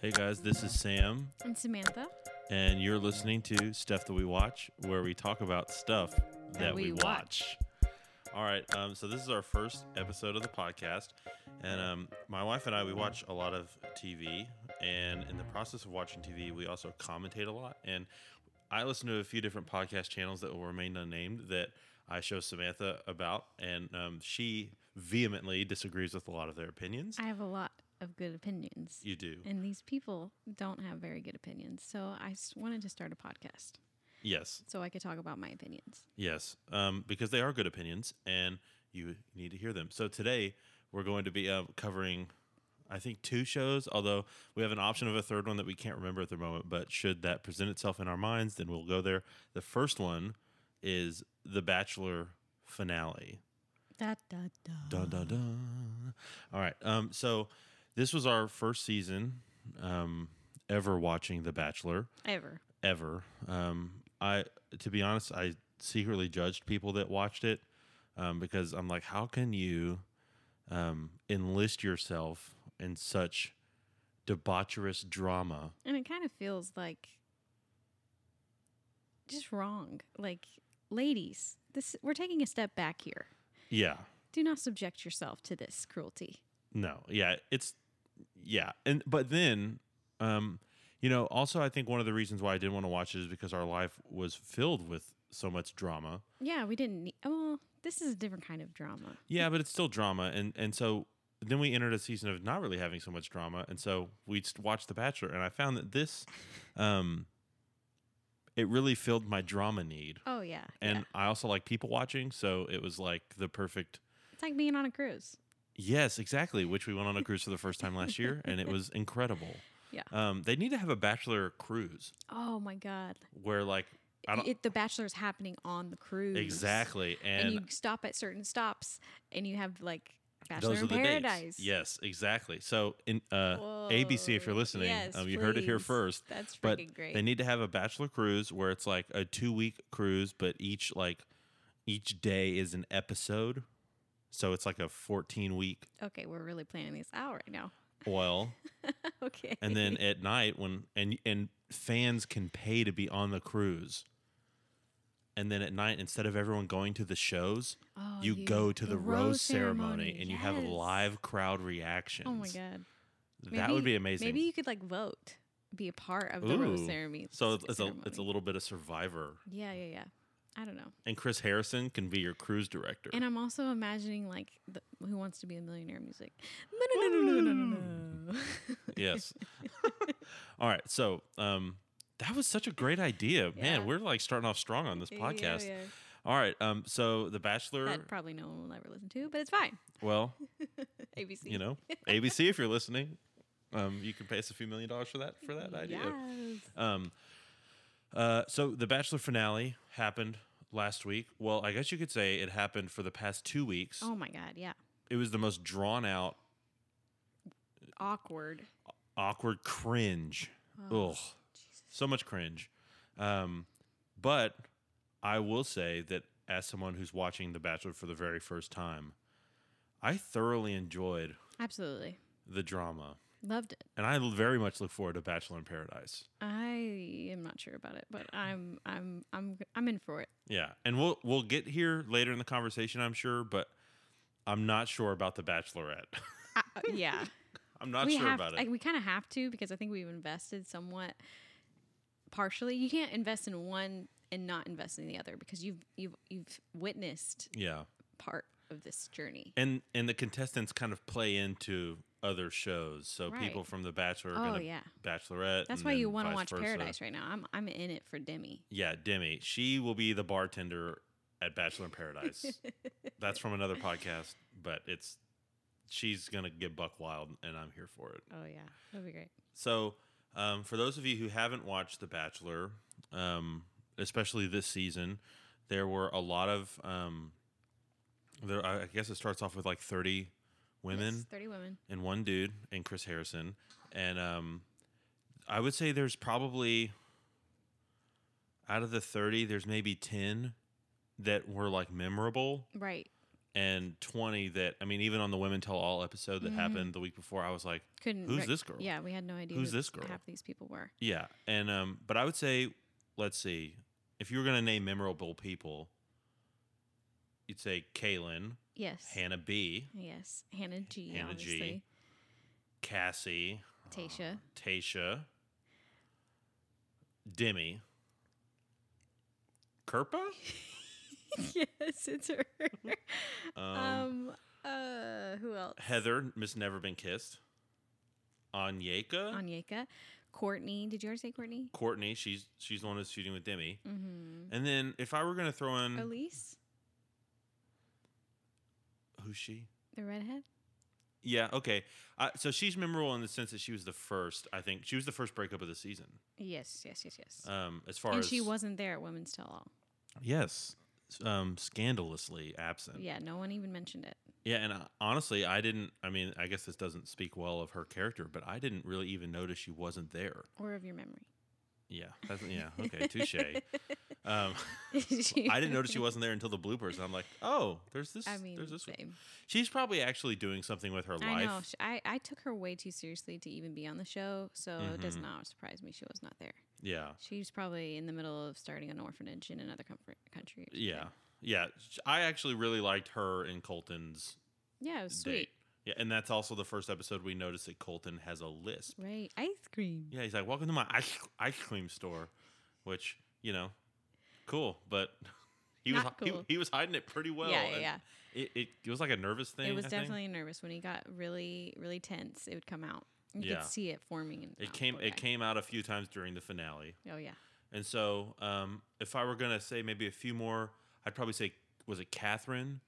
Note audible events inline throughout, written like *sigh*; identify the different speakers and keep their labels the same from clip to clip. Speaker 1: Hey guys, this is Sam,
Speaker 2: And Samantha.
Speaker 1: and you're listening to Stuff That We Watch, where we talk about stuff that, we,
Speaker 2: we
Speaker 1: watch.
Speaker 2: watch.
Speaker 1: All right, um, so this is our first episode of the podcast, and um, my wife and I we watch a lot of TV, and in the process of watching TV, we also commentate a lot. And I listen to a few different podcast channels that will remain unnamed that I show Samantha about, and um, she vehemently disagrees with a lot of their opinions.
Speaker 2: I have a lot of good opinions.
Speaker 1: you do,
Speaker 2: And these people don't have very good opinions. So I s- wanted to start a podcast
Speaker 1: yes.
Speaker 2: so I could talk about my opinions.
Speaker 1: Yes, um, because they are good opinions, and you need to hear them. So today we're going to be uh, covering, I think, two shows. Although we have an option of a third one that we can't remember at the moment. But should that present itself in our minds, then we'll go there. The first one is The Bachelor finale.
Speaker 2: Da, da, da.
Speaker 1: Dun dun dun. All right. Um. So this was our first season, um, ever watching The Bachelor
Speaker 2: Ever.
Speaker 1: ever. Um, I, to be honest, I secretly judged people that watched it um, because I'm like, how can you um, enlist yourself in such debaucherous drama?
Speaker 2: And it kind of feels like just wrong. Like, ladies, this we're taking a step back here.
Speaker 1: Yeah,
Speaker 2: Do not subject yourself to this cruelty.
Speaker 1: no, yeah, it's yeah, and but then, um, you know, also I think one of the reasons why I didn't want to watch it is because our life was filled with so much drama.
Speaker 2: Yeah, we didn't need. Well, this is a different kind of drama.
Speaker 1: Yeah, but it's still drama, and and so then we entered a season of not really having so much drama, and so we just watched The Bachelor, and I found that this, um, it really filled my drama need,
Speaker 2: Oh, yeah.
Speaker 1: and
Speaker 2: yeah.
Speaker 1: I also like people watching, so it was like the perfect.
Speaker 2: It's like being on a cruise.
Speaker 1: Yes, exactly. Which we went on a cruise for the first time last year, and it
Speaker 2: *laughs*
Speaker 1: was incredible.
Speaker 2: Yeah.
Speaker 1: Um, they need to have a bachelor cruise
Speaker 2: Oh, my God.
Speaker 1: where like I don't
Speaker 2: it, the bachelor's happening on the cruise.
Speaker 1: exactly,
Speaker 2: And,
Speaker 1: and,
Speaker 2: you stop at certain stops and you have like Bachelor
Speaker 1: those are
Speaker 2: in
Speaker 1: the
Speaker 2: Paradise.
Speaker 1: dates. Yes, exactly. So in uh, ABC, if you're
Speaker 2: Whoa.
Speaker 1: listening,
Speaker 2: Yes,
Speaker 1: um, you heard it here
Speaker 2: please.
Speaker 1: first.
Speaker 2: That's
Speaker 1: but
Speaker 2: freaking great.
Speaker 1: They need to have a bachelor cruise where it's like a two week cruise, but each like each day is an episode. So it's like a fourteen week
Speaker 2: okay, we're really planning this out right now. *laughs*
Speaker 1: oil.
Speaker 2: okay.
Speaker 1: and
Speaker 2: *laughs*
Speaker 1: then at night when and and fans can pay to be on the cruise. And then at night, instead of everyone going to the shows,
Speaker 2: Oh,
Speaker 1: you,
Speaker 2: you-
Speaker 1: go to the,
Speaker 2: the
Speaker 1: rose,
Speaker 2: rose
Speaker 1: ceremony,
Speaker 2: ceremony,
Speaker 1: and you have
Speaker 2: yes.
Speaker 1: live crowd reactions.
Speaker 2: oh my god,
Speaker 1: that would
Speaker 2: Maybe-
Speaker 1: be amazing.
Speaker 2: Maybe you could like vote, be a part of the rose
Speaker 1: Ooh.
Speaker 2: ceremony.
Speaker 1: So it's, it's a it's a
Speaker 2: ceremony.
Speaker 1: little bit of Survivor,
Speaker 2: yeah, yeah, yeah. I don't know.
Speaker 1: and Chris Harrison can be your cruise director.
Speaker 2: And I'm also imagining like the, Who Wants to Be a Millionaire music. No, no, no, no, no, no, *laughs* no, no.
Speaker 1: yes. *laughs* All right. So um, that was such a great idea, man.
Speaker 2: Yeah.
Speaker 1: We're like starting off strong on this
Speaker 2: Yeah,
Speaker 1: podcast.
Speaker 2: yeah.
Speaker 1: All right. Um, so The Bachelor.
Speaker 2: That probably no one will ever listen to, but it's fine. *laughs*
Speaker 1: well,
Speaker 2: ABC.
Speaker 1: you know, ABC, if you're listening, um, you can pay us a few million dollars for that for that idea.
Speaker 2: Yes.
Speaker 1: Um, uh, so the Bachelor finale happened last week. Well, I guess you could say it happened for the past two weeks.
Speaker 2: Oh my god, yeah.
Speaker 1: It was the most drawn out
Speaker 2: Awkward. Oh,
Speaker 1: awkward cringe. Ugh, so much cringe. Um, but I will say that as someone who's watching The Bachelor for the very first time, I thoroughly enjoyed
Speaker 2: Absolutely.
Speaker 1: the drama,
Speaker 2: Loved it.
Speaker 1: and I very much look forward to Bachelor in Paradise.
Speaker 2: I am not sure about it, but I'm I'm I'm I'm in for it.
Speaker 1: Yeah, and we'll we'll get here later in the conversation, I'm sure, but I'm not sure about The Bachelorette. *laughs*
Speaker 2: Uh, yeah.
Speaker 1: I'm not
Speaker 2: we
Speaker 1: sure
Speaker 2: have
Speaker 1: about it.
Speaker 2: like, we kind of have to because I think we've invested somewhat partially. You can't invest in one and not invest in the other because you've you've you've witnessed
Speaker 1: yeah,
Speaker 2: part of this journey.
Speaker 1: and and the contestants kind of play into other shows, so
Speaker 2: Right.
Speaker 1: people from The Bachelor are
Speaker 2: Oh,
Speaker 1: gonna
Speaker 2: yeah.
Speaker 1: Bachelorette.
Speaker 2: That's
Speaker 1: and
Speaker 2: why you
Speaker 1: then
Speaker 2: want to
Speaker 1: vice
Speaker 2: watch
Speaker 1: versa.
Speaker 2: Paradise right now. I'm I'm in it for Demi.
Speaker 1: Yeah, Demi. She will be the bartender at Bachelor in Paradise. That's from another podcast, but it's she's gonna get buck wild, and I'm here for it.
Speaker 2: Oh yeah. That'd be great.
Speaker 1: So, um, for those of you who haven't watched The Bachelor, um, especially this season, there were a lot of um, there. I I guess it starts off with like 30 women
Speaker 2: Yes, 30 women.
Speaker 1: and one dude and Chris Harrison. And um, I would say there's probably out of the 30, there's maybe 10 that were like memorable
Speaker 2: Right.
Speaker 1: and 20 that I mean, even on the Women Tell All episode that happened the week before, I was like,
Speaker 2: Couldn't.
Speaker 1: Who's
Speaker 2: rec-
Speaker 1: this girl?
Speaker 2: Yeah, we had no idea
Speaker 1: Who's
Speaker 2: who
Speaker 1: this girl?
Speaker 2: Half these people were.
Speaker 1: yeah. And um, but I would say, let's see, if you were gonna name memorable people, you'd say Kaylin,
Speaker 2: Yes.
Speaker 1: Hannah B,
Speaker 2: Yes, Hannah G.
Speaker 1: Hannah
Speaker 2: obviously.
Speaker 1: Cassie,
Speaker 2: Tasha.
Speaker 1: Tasha, Demi, Kerpa. *gasps*
Speaker 2: *laughs* yes, it's her.
Speaker 1: Um,
Speaker 2: um. Uh. Who else?
Speaker 1: Heather, Miss Never Been Kissed. Anyeka,
Speaker 2: Anyeka. Courtney. Did you already say Courtney?
Speaker 1: Courtney, she's she's the one who's shooting with Demi.
Speaker 2: Mm-hmm.
Speaker 1: And then if I were gonna throw in
Speaker 2: Elise,
Speaker 1: who's she?
Speaker 2: the redhead.
Speaker 1: Yeah, okay. Uh, so she's memorable in the sense that she was the first. I think she was the first breakup of the season.
Speaker 2: Yes. Yes. Yes. Yes.
Speaker 1: Um, as far
Speaker 2: and
Speaker 1: as
Speaker 2: she wasn't there at Women's Tell All.
Speaker 1: yes, um, scandalously absent.
Speaker 2: Yeah, no one even mentioned it.
Speaker 1: Yeah, and I, honestly, I didn't. I mean, I guess this doesn't speak well of her character, but I didn't really even notice she wasn't there.
Speaker 2: Or of your memory.
Speaker 1: Yeah, that's, yeah, okay,
Speaker 2: *laughs*
Speaker 1: touche. Um, I didn't notice she wasn't there until the bloopers. And I'm like, oh, there's this.
Speaker 2: I mean,
Speaker 1: there's this.
Speaker 2: same.
Speaker 1: She's probably actually doing something with her
Speaker 2: I
Speaker 1: life.
Speaker 2: know. Sh- I, I took her way too seriously to even be on the show, so it does
Speaker 1: Mhm.
Speaker 2: not surprise me she was not there.
Speaker 1: Yeah,
Speaker 2: She's probably in the middle of starting an orphanage in another comfort country. or something.
Speaker 1: yeah, yeah. Sh- I actually really liked her and Colton's
Speaker 2: Yeah, it was sweet.
Speaker 1: date. Yeah, and that's also the first episode we noticed that Colton has a lisp.
Speaker 2: Right. Ice cream.
Speaker 1: Yeah, he's like, "Welcome to my ice, ice cream store," which you know, cool, but *laughs* he was
Speaker 2: Not
Speaker 1: hi-
Speaker 2: cool.
Speaker 1: he, he was hiding it pretty well.
Speaker 2: yeah, yeah,
Speaker 1: and
Speaker 2: yeah.
Speaker 1: It, it, it was like a nervous thing.
Speaker 2: It was
Speaker 1: I think.
Speaker 2: definitely nervous. When he got really, really tense, it would come out. You
Speaker 1: Yeah.
Speaker 2: could see it forming. in his
Speaker 1: It
Speaker 2: mouth.
Speaker 1: came
Speaker 2: Poor
Speaker 1: it
Speaker 2: guy.
Speaker 1: came out a few times during the finale,
Speaker 2: Oh, yeah.
Speaker 1: and so um, if I were gonna say maybe a few more, I'd probably say was it Catherine,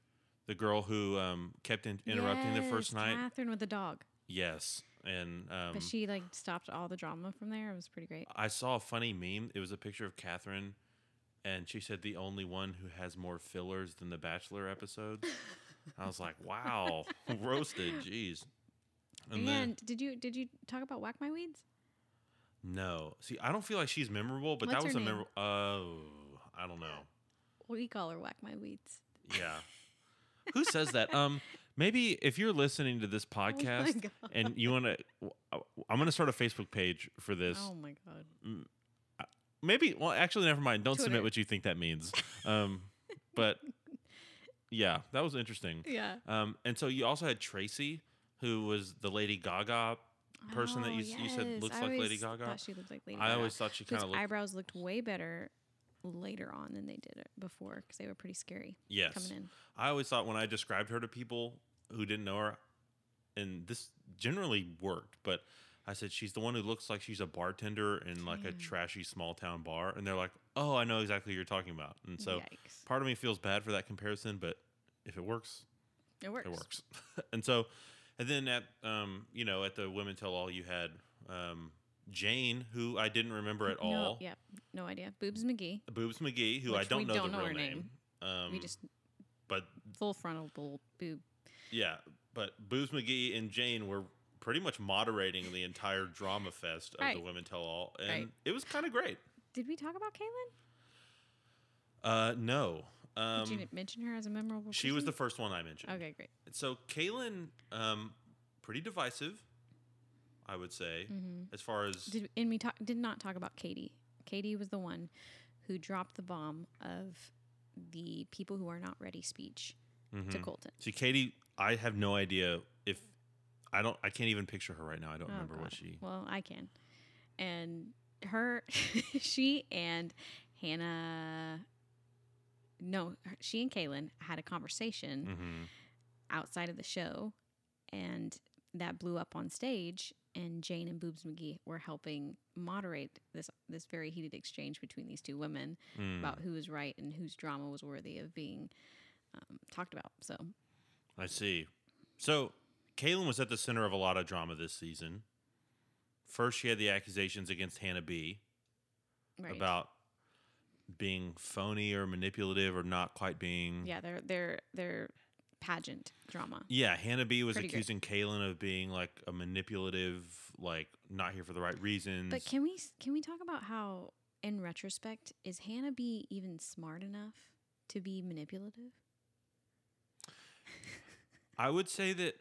Speaker 1: the girl who um, kept in, interrupting the first
Speaker 2: Yes,
Speaker 1: night?
Speaker 2: Catherine with the dog.
Speaker 1: Yes, and um, Uh,
Speaker 2: But she like stopped all the drama from there. It was pretty great.
Speaker 1: I saw a funny meme. It was a picture of Catherine, and she said the only one who has more fillers than the Bachelor episodes. I was like,
Speaker 2: *laughs*
Speaker 1: wow, roasted, jeez.
Speaker 2: And,
Speaker 1: then-
Speaker 2: did you did you talk about whack my weeds?
Speaker 1: no, see, I don't feel like she's memorable, but that was
Speaker 2: What's her
Speaker 1: a
Speaker 2: name?
Speaker 1: memorable. Oh, I don't know.
Speaker 2: We call her whack my weeds.
Speaker 1: Yeah, who says that? Um, maybe if you're listening to this
Speaker 2: *laughs* Oh my
Speaker 1: *laughs* podcast.
Speaker 2: god.
Speaker 1: and you want to? I'm going to start a Facebook page for this.
Speaker 2: Oh my god.
Speaker 1: Maybe. Well, actually, never mind. Don't
Speaker 2: Twitter.
Speaker 1: submit what you think that means. Um,
Speaker 2: *laughs*
Speaker 1: but yeah, that was interesting.
Speaker 2: Yeah.
Speaker 1: Um, and so you also had Tracy, who was the Lady Gaga. person that you s- you said looks like Lady
Speaker 2: Oh, always
Speaker 1: Gaga.
Speaker 2: Thought she looked like Lady
Speaker 1: I
Speaker 2: Gaga.
Speaker 1: always thought she
Speaker 2: Whose
Speaker 1: kind of looked.
Speaker 2: eyebrows looked way better later on than they did it before because they were pretty scary
Speaker 1: yes,
Speaker 2: coming in.
Speaker 1: I always thought when I described her to people who didn't know her, and this generally worked, but I said she's the one who looks like she's a bartender in like a
Speaker 2: Damn.
Speaker 1: trashy small town bar, and they're like, "Oh, I know exactly who you're talking about." And so
Speaker 2: Yikes.
Speaker 1: part of me feels bad for that comparison, but if it works,
Speaker 2: It works.
Speaker 1: it works. *laughs* and so, and then at um, you know, at the Women Tell All, you had um, Jane, who I didn't remember at
Speaker 2: No,
Speaker 1: all.
Speaker 2: yeah. No idea. Boobs McGee.
Speaker 1: Boobs McGee, who I
Speaker 2: Which
Speaker 1: don't
Speaker 2: we
Speaker 1: know
Speaker 2: don't
Speaker 1: the
Speaker 2: know
Speaker 1: real
Speaker 2: her
Speaker 1: name. Um,
Speaker 2: we just
Speaker 1: but
Speaker 2: full frontal bull boob.
Speaker 1: yeah, but Boobs McGee and Jane were pretty much moderating the entire drama fest of
Speaker 2: Right.
Speaker 1: the Women Tell All, and
Speaker 2: Right.
Speaker 1: it was kind of great.
Speaker 2: Did we talk about Kaylin?
Speaker 1: Uh, no, um,
Speaker 2: did you mention her as a memorable?
Speaker 1: she was the
Speaker 2: person?
Speaker 1: first one I mentioned.
Speaker 2: okay, great.
Speaker 1: So Kaylin, um, pretty divisive, I would say,
Speaker 2: Mm-hmm.
Speaker 1: as far as
Speaker 2: Did and we talk did not talk about Katie. Katie was the one who dropped the bomb of the people who are not ready speech to
Speaker 1: Mhm.
Speaker 2: Colton.
Speaker 1: See, Katie, I have no idea if I don't. I can't even picture her right now. I don't
Speaker 2: Oh,
Speaker 1: remember what
Speaker 2: God.
Speaker 1: she.
Speaker 2: Well, I can. And her *laughs* she and Hannah no, her- she and Kaylin had a conversation
Speaker 1: Mhm.
Speaker 2: outside of the show and that blew up on stage and Jane and Boobs McGee were helping moderate this this very heated exchange between these two women
Speaker 1: Mm.
Speaker 2: about who was right and whose drama was worthy of being um, talked about. So
Speaker 1: I see. So, Kaylin was at the center of a lot of drama this season. First, she had the accusations against Hannah B
Speaker 2: right.
Speaker 1: about being phony or manipulative or not quite being.
Speaker 2: yeah, their their their pageant drama.
Speaker 1: Yeah, Hannah B was
Speaker 2: Pretty good.
Speaker 1: accusing Kaylin of being like a manipulative, like not here for the right reasons.
Speaker 2: But can we s- can we talk about how in retrospect is Hannah B even smart enough to be manipulative?
Speaker 1: I would say that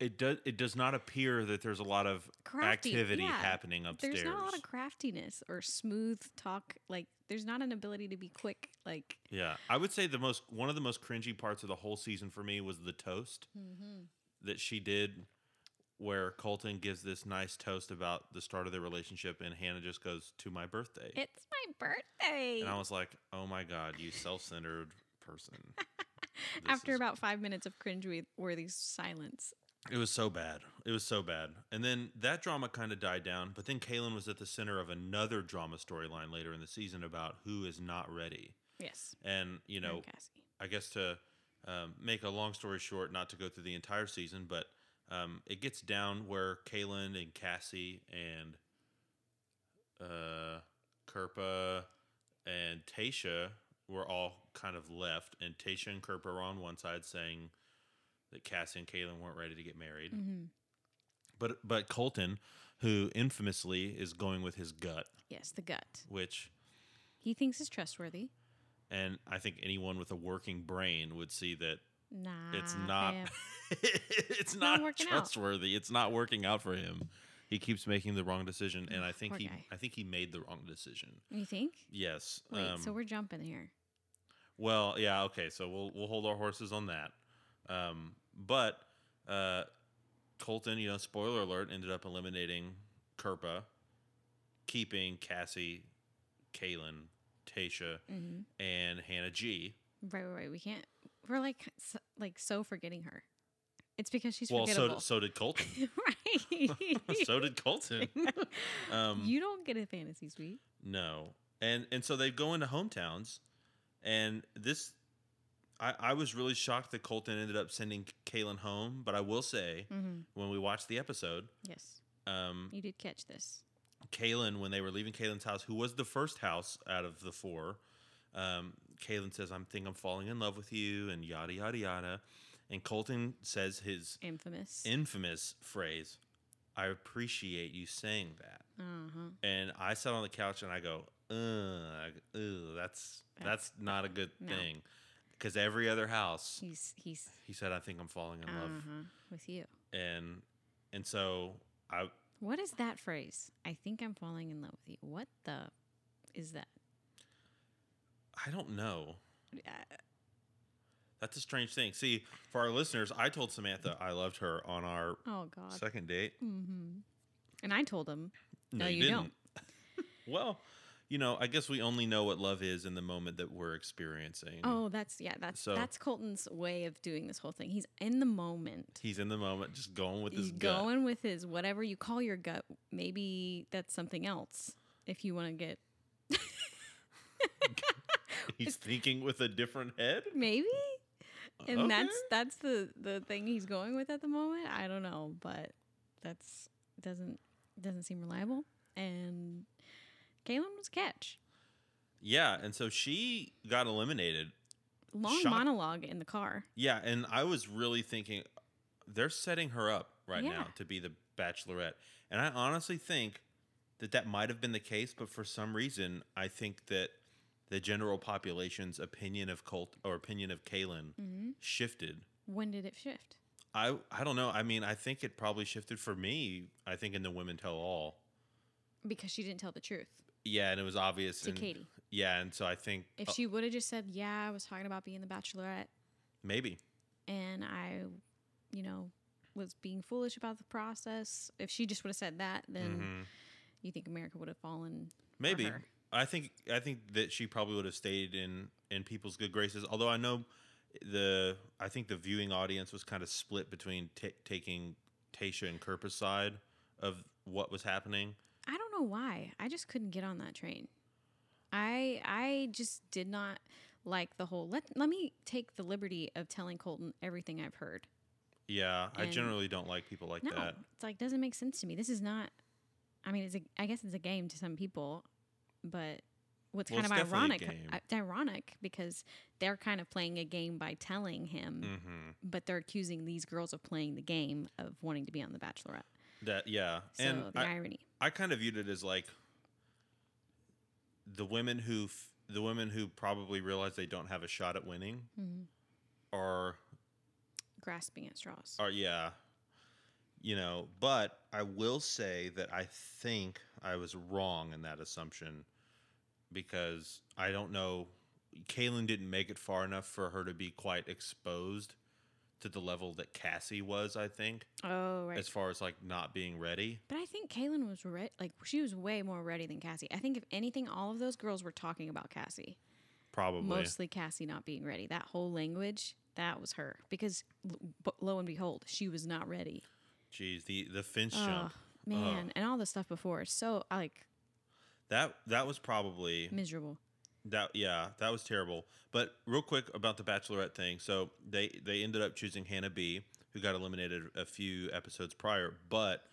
Speaker 1: it does it does not appear that there's a lot of
Speaker 2: Crafty,
Speaker 1: activity
Speaker 2: yeah.
Speaker 1: happening upstairs.
Speaker 2: There's not a lot of craftiness or smooth talk. Like there's not an ability to be quick. Like
Speaker 1: yeah, I would say the most one of the most cringy parts of the whole season for me was the toast Mm-hmm. that she did, where Colton gives this nice toast about the start of their relationship, and Hannah just goes to my birthday,
Speaker 2: it's my birthday.
Speaker 1: and I was like, oh my god, you self centered person.
Speaker 2: *laughs*
Speaker 1: This
Speaker 2: After
Speaker 1: is
Speaker 2: about five minutes of cringeworthy silence,
Speaker 1: It was so bad. It was so bad. And then that drama kind of died down, but then Kaylin was at the center of another drama storyline later in the season about who is not ready.
Speaker 2: yes,
Speaker 1: And, you
Speaker 2: Mary
Speaker 1: know,
Speaker 2: Cassie.
Speaker 1: I guess to um, make a long story short, not to go through the entire season, but um, it gets down where Kaylin and Cassie and uh, Kerpa and Tasha were all kind of left, and Tasha and Kerpa were on one side saying that Cassie and Kaylin weren't ready to get married,
Speaker 2: Mhm.
Speaker 1: but but Colton, who infamously is going with his gut,
Speaker 2: yes, the gut.
Speaker 1: which
Speaker 2: He thinks is trustworthy.
Speaker 1: and I think anyone with a working brain would see that
Speaker 2: Nah,
Speaker 1: it's not
Speaker 2: him.
Speaker 1: *laughs* it's
Speaker 2: Ah, not
Speaker 1: not,
Speaker 2: working out.
Speaker 1: trustworthy. It's not working out for him. He keeps making the wrong decision, and I think
Speaker 2: Poor
Speaker 1: he
Speaker 2: guy.
Speaker 1: I think he made the wrong decision.
Speaker 2: You think?
Speaker 1: Yes.
Speaker 2: Wait, so
Speaker 1: um,
Speaker 2: we're jumping here.
Speaker 1: well, yeah, okay. So we'll we'll hold our horses on that. Um, but uh, Colton, you know, spoiler alert, ended up eliminating Kerpa, keeping Cassie, Kaylin, Tasha,
Speaker 2: hmm
Speaker 1: and Hannah G.
Speaker 2: Right, right, right. We can't. We're like, so, like so forgetting her. It's because she's
Speaker 1: well, so
Speaker 2: forgettable,
Speaker 1: so did
Speaker 2: *laughs*
Speaker 1: Colton. *laughs*
Speaker 2: right?
Speaker 1: so did
Speaker 2: *laughs*
Speaker 1: Colton. Um,
Speaker 2: you don't get a fantasy suite.
Speaker 1: No. And and so they go into hometowns and this I, I was really shocked that Colton ended up sending Kalen home, but I will say
Speaker 2: Mm-hmm.
Speaker 1: when we watched the episode,
Speaker 2: Yes,
Speaker 1: um
Speaker 2: you did catch this.
Speaker 1: Kalen, when they were leaving Kalen's house, who was the first house out of the four, um, Kalen says, I'm think I'm falling in love with you and yada yada yada. And Colton says his
Speaker 2: Infamous.
Speaker 1: infamous phrase, I appreciate you saying that.
Speaker 2: uh-huh.
Speaker 1: and I sat on the couch and I go, ugh, ugh that's that's not a good
Speaker 2: No.
Speaker 1: thing, because every other house,
Speaker 2: He's he's
Speaker 1: he said, I think I'm falling in love,
Speaker 2: uh-huh, with you.
Speaker 1: and and so I
Speaker 2: What is that phrase? I think I'm falling in love with you. What the is that?
Speaker 1: I don't know.
Speaker 2: Uh,
Speaker 1: That's a strange thing. See, for our listeners, I told Samantha I loved her on our
Speaker 2: oh God.
Speaker 1: second date.
Speaker 2: hmm And I told him No, you don't.
Speaker 1: well, you know, I guess we only know what love is in the moment that we're experiencing.
Speaker 2: Oh, that's yeah, that's
Speaker 1: So-
Speaker 2: that's Colton's way of doing this whole thing. He's in the moment.
Speaker 1: He's in the moment, just going with his
Speaker 2: He's
Speaker 1: gut.
Speaker 2: going with his whatever you call your gut. Maybe that's something else. If you want to get
Speaker 1: *laughs* He's thinking with a different head.
Speaker 2: maybe, and
Speaker 1: Okay.
Speaker 2: that's that's the the thing he's going with at the moment. I don't know, but that's doesn't doesn't seem reliable. And Kaylin was a catch.
Speaker 1: Yeah, and so she got eliminated.
Speaker 2: Long
Speaker 1: Shock-
Speaker 2: monologue in the car.
Speaker 1: Yeah, and I was really thinking they're setting her up right now
Speaker 2: Yeah.
Speaker 1: to be the bachelorette. And I honestly think that that might have been the case, but for some reason, I think that the general population's opinion of Colt or opinion of Kalen
Speaker 2: hmm
Speaker 1: shifted.
Speaker 2: When did it shift?
Speaker 1: I I don't know. I mean, I think it probably shifted for me. I think in the women tell all.
Speaker 2: Because she didn't tell the truth
Speaker 1: Yeah, and it was obvious.
Speaker 2: to
Speaker 1: and,
Speaker 2: Katie.
Speaker 1: Yeah, and so I think
Speaker 2: If
Speaker 1: uh,
Speaker 2: she would have just said, "Yeah, I was talking about being the Bachelorette,"
Speaker 1: maybe
Speaker 2: and I, you know, was being foolish about the process. If she just would have said that, then
Speaker 1: Mhm.
Speaker 2: you think America would have fallen. for
Speaker 1: maybe
Speaker 2: her.
Speaker 1: I think I think that she probably would have stayed in in people's good graces. Although I know the I think the viewing audience was kind of split between ta taking Tasha and Kerpa's side of what was happening.
Speaker 2: I don't know why. I just couldn't get on that train. I I just did not like the whole. Let let me take the liberty of telling Colton everything I've heard.
Speaker 1: Yeah, I
Speaker 2: And-
Speaker 1: generally don't like people like
Speaker 2: No,
Speaker 1: that.
Speaker 2: it's like doesn't make sense to me. This is not. I mean, it's a, I guess it's a game to some people, but what's
Speaker 1: Well,
Speaker 2: kind of
Speaker 1: it's definitely a
Speaker 2: ironic,
Speaker 1: game.
Speaker 2: it's ironic because they're kind of playing a game by telling him,
Speaker 1: hmm
Speaker 2: but they're accusing these girls of playing the game of wanting to be on The Bachelorette.
Speaker 1: That yeah,
Speaker 2: So
Speaker 1: and
Speaker 2: the
Speaker 1: I,
Speaker 2: irony,
Speaker 1: I kind of viewed it as like the women who f- the women who probably realize they don't have a shot at winning
Speaker 2: Mhm.
Speaker 1: are
Speaker 2: Mm-hmm. grasping at straws.
Speaker 1: Or yeah, you know. But I will say that I think I was wrong in that assumption because I don't know. Kaylin didn't make it far enough for her to be quite exposed to the level that Cassie was. I think
Speaker 2: Oh right.
Speaker 1: as far as like not being ready.
Speaker 2: But I think Kaylin was re- like she was way more ready than Cassie. I think if anything, all of those girls were talking about Cassie.
Speaker 1: Probably.
Speaker 2: Mostly Cassie not being ready. That whole language that was her because l- b- lo and behold, she was not ready.
Speaker 1: Jeez, the the Finch
Speaker 2: Oh
Speaker 1: jump.
Speaker 2: man, and all the stuff before is so uh, like
Speaker 1: That that was probably
Speaker 2: miserable.
Speaker 1: That yeah, that was terrible. But real quick about the Bachelorette thing. So they they ended up choosing Hannah B, who got eliminated a few episodes prior. But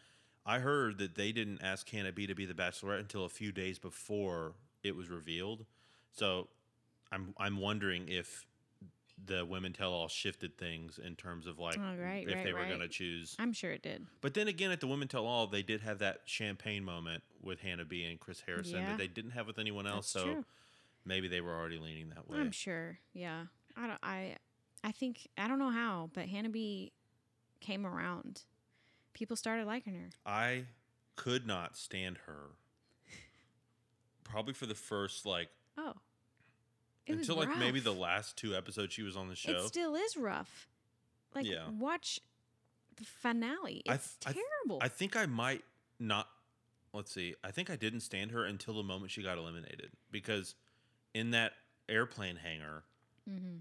Speaker 1: I heard that they didn't ask Hannah B to be the Bachelorette until a few days before it was revealed. So I'm I'm wondering if the women tell all shifted things in terms of like
Speaker 2: Oh, right,
Speaker 1: if
Speaker 2: right,
Speaker 1: they were
Speaker 2: right.
Speaker 1: going to choose.
Speaker 2: I'm sure it did.
Speaker 1: But then again, at the women tell all, they did have that champagne moment with Hannah B and Chris Harrison
Speaker 2: Yeah.
Speaker 1: that they didn't have with anyone else.
Speaker 2: That's
Speaker 1: so
Speaker 2: true.
Speaker 1: maybe they were already leaning that way.
Speaker 2: I'm sure. Yeah. I don't I I think I don't know how, but Hannah B came around. People started liking her.
Speaker 1: I could not stand her. Probably for the first like
Speaker 2: Oh. It was
Speaker 1: until like maybe
Speaker 2: rough.
Speaker 1: the last two episodes she was on the show.
Speaker 2: It still is rough. Like
Speaker 1: Yeah.
Speaker 2: watch the finale.
Speaker 1: I
Speaker 2: It's
Speaker 1: th- I th-
Speaker 2: terrible.
Speaker 1: I think I might not let's see. I think I didn't stand her until the moment she got eliminated because in that airplane hangar
Speaker 2: hmm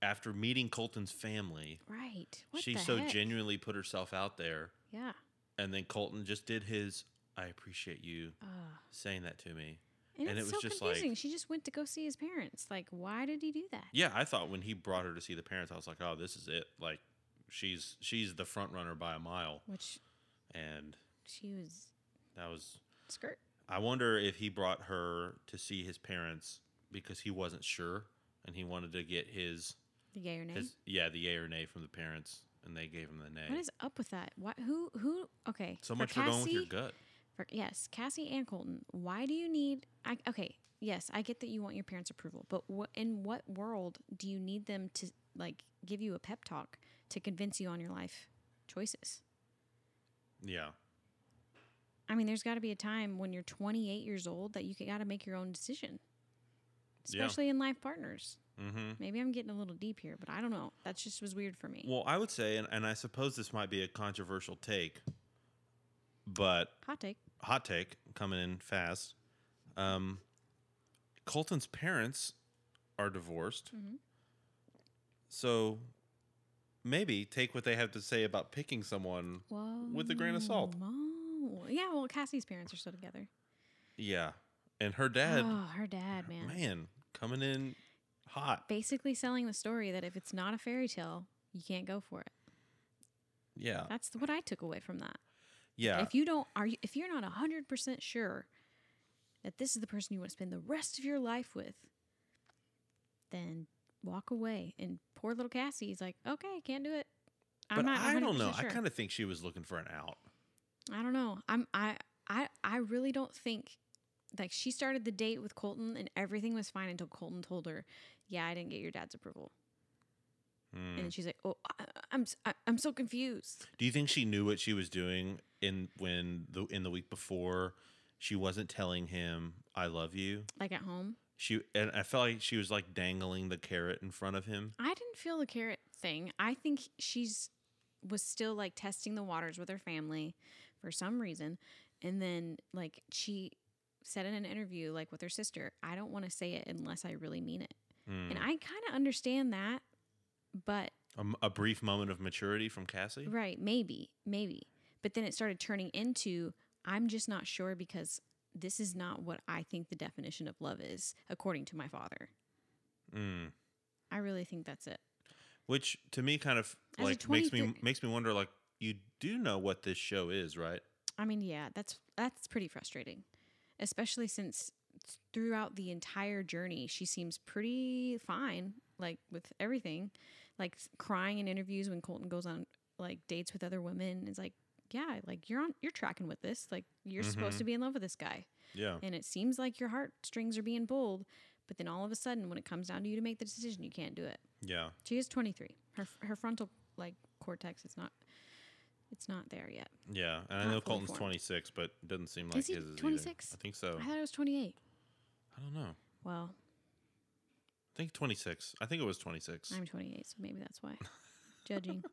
Speaker 1: after meeting Colton's family,
Speaker 2: Right. What
Speaker 1: she
Speaker 2: the
Speaker 1: so
Speaker 2: heck?
Speaker 1: genuinely put herself out there
Speaker 2: Yeah.
Speaker 1: and then Colton just did his I appreciate you
Speaker 2: Uh,
Speaker 1: saying that to me.
Speaker 2: and,
Speaker 1: And
Speaker 2: it's
Speaker 1: it
Speaker 2: so
Speaker 1: was just like-
Speaker 2: confusing. she just went to go see his parents. Like, why did he do that?
Speaker 1: Yeah, I thought when he brought her to see the parents, I was like, oh, this is it. Like, she's she's the front runner by a mile,
Speaker 2: Which
Speaker 1: and
Speaker 2: she was
Speaker 1: that was.
Speaker 2: skirt.
Speaker 1: I wonder if he brought her to see his parents because he wasn't sure and he wanted to get his
Speaker 2: The yay or nay.
Speaker 1: his yeah the yay or nay from the parents, and they gave him the nay.
Speaker 2: What is up with that? Why? Who? Who? Okay.
Speaker 1: so much for going with your gut.
Speaker 2: For, yes, Cassie and Colton. Why do you need? I, okay, yes, I get that you want your parents' approval, but what in what world do you need them to like give you a pep talk to convince you on your life choices?
Speaker 1: Yeah,
Speaker 2: I mean, there's got to be a time when you're 28 years old that you got to make your own decision,
Speaker 1: Yeah.
Speaker 2: especially in life partners.
Speaker 1: mm-hmm.
Speaker 2: Maybe I'm getting a little deep here, but I don't know. That just was weird for me.
Speaker 1: Well, I would say, and, and I suppose this might be a controversial take, but
Speaker 2: Hot take.
Speaker 1: hot take coming in fast. Um, Colton's parents are divorced,
Speaker 2: Mhm.
Speaker 1: so maybe take what they have to say about picking someone.
Speaker 2: Whoa.
Speaker 1: With a grain of salt.
Speaker 2: whoa. Yeah. Well, Cassie's parents are still together.
Speaker 1: Yeah, and her dad,
Speaker 2: Oh, her dad, man.
Speaker 1: man, coming in hot.
Speaker 2: basically selling the story that if it's not a fairy tale, you can't go for it.
Speaker 1: Yeah,
Speaker 2: That's what I took away from that.
Speaker 1: Uh, yeah,
Speaker 2: If you don't are you, if you're not 100% sure that this is the person you want to spend the rest of your life with, then walk away. And poor little Cassie's like, "Okay, can't do it."
Speaker 1: but I don't know.
Speaker 2: 100% sure.
Speaker 1: I kind of think she was looking for an out.
Speaker 2: I don't know. I'm I I I really don't think like she started the date with Colton and everything was fine until Colton told her, "Yeah, I didn't get your dad's approval." And
Speaker 1: Mm.
Speaker 2: then she's like, "Oh, I, I'm s- I, I'm so confused."
Speaker 1: Hmm. Do you think she knew what she was doing in when the in the week before? She wasn't telling him "I love you."
Speaker 2: Like at home,
Speaker 1: She and I felt like she was like dangling the carrot in front of him.
Speaker 2: I didn't feel the carrot thing. I think she's was still like testing the waters with her family for some reason, and then like she said in an interview like with her sister, "I don't want to say it unless I really mean it."
Speaker 1: Mm.
Speaker 2: And I kind of understand that, but
Speaker 1: A m- a, brief moment of maturity from Cassie.
Speaker 2: Right, maybe, maybe. But then it started turning into I'm just not sure because this is not what I think the definition of love is, according to my father.
Speaker 1: Mm.
Speaker 2: I really think that's it.
Speaker 1: Which to me kind of
Speaker 2: As a
Speaker 1: like makes me
Speaker 2: 23
Speaker 1: makes me wonder like you do know what this show is, right?
Speaker 2: I mean, yeah, that's that's pretty frustrating, especially since throughout the entire journey she seems pretty fine, like with everything, like s- crying in interviews when Colton goes on like dates with other women. It's like, yeah, like you're on, you're tracking with this. Like you're supposed
Speaker 1: Mhm.
Speaker 2: to be in love with this guy.
Speaker 1: Yeah.
Speaker 2: and it seems like your heartstrings are being pulled, but then all of a sudden, when it comes down to you to make the decision, you can't do it.
Speaker 1: Yeah.
Speaker 2: She is 23. Her her frontal like cortex. It's not. It's not there yet.
Speaker 1: Yeah, and I
Speaker 2: Not
Speaker 1: know
Speaker 2: fully
Speaker 1: Colton's
Speaker 2: formed.
Speaker 1: 26, but it doesn't seem
Speaker 2: Is
Speaker 1: like
Speaker 2: he
Speaker 1: his is either.
Speaker 2: 26?
Speaker 1: I think so.
Speaker 2: I thought it was 28.
Speaker 1: I don't know.
Speaker 2: Well,
Speaker 1: I think 26. I think it was 26.
Speaker 2: I'm 28, so maybe that's why.
Speaker 1: *laughs*
Speaker 2: Judging.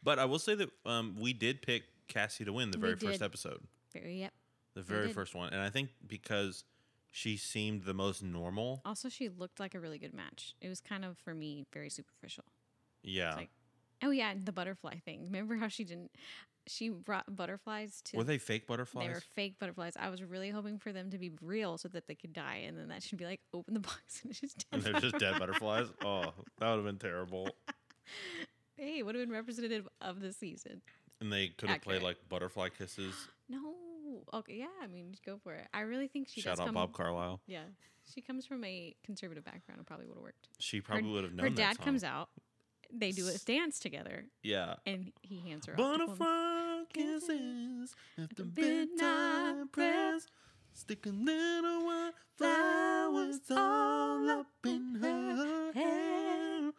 Speaker 1: But I will say that um, we did pick Cassie to win the
Speaker 2: We
Speaker 1: very first
Speaker 2: did.
Speaker 1: episode,
Speaker 2: Very yep.
Speaker 1: the very
Speaker 2: did.
Speaker 1: first one, and I think because she seemed the most normal.
Speaker 2: Also, she looked like a really good match. It was kind of for me very superficial.
Speaker 1: Yeah.
Speaker 2: like- Oh yeah, and the butterfly thing. Remember how she didn't? She brought butterflies to.
Speaker 1: Were they fake
Speaker 2: they
Speaker 1: butterflies?
Speaker 2: were fake butterflies. I was really hoping for them to be real so that they could die, and then that should be like open the box and it's just dead.
Speaker 1: and *laughs* they're just
Speaker 2: *laughs*
Speaker 1: dead butterflies. Oh, that would have been terrible.
Speaker 2: Hey, would have been representative of the season.
Speaker 1: And they could have played
Speaker 2: Accurate.
Speaker 1: like butterfly kisses.
Speaker 2: No, okay, yeah. I mean, go for it. I really think she
Speaker 1: Shout
Speaker 2: does
Speaker 1: out
Speaker 2: come.
Speaker 1: Bob Carlisle.
Speaker 2: Yeah, she comes from a conservative background. It probably would have worked.
Speaker 1: She probably would have known
Speaker 2: her
Speaker 1: that
Speaker 2: dad
Speaker 1: song.
Speaker 2: comes out. They do a dance together,
Speaker 1: Yeah.
Speaker 2: and he hands her off. to Coleman.
Speaker 1: Butterfly
Speaker 2: kisses
Speaker 1: kisses at
Speaker 2: the
Speaker 1: the
Speaker 2: midnight
Speaker 1: midnight press. Stick a little white flowers all up in her hair.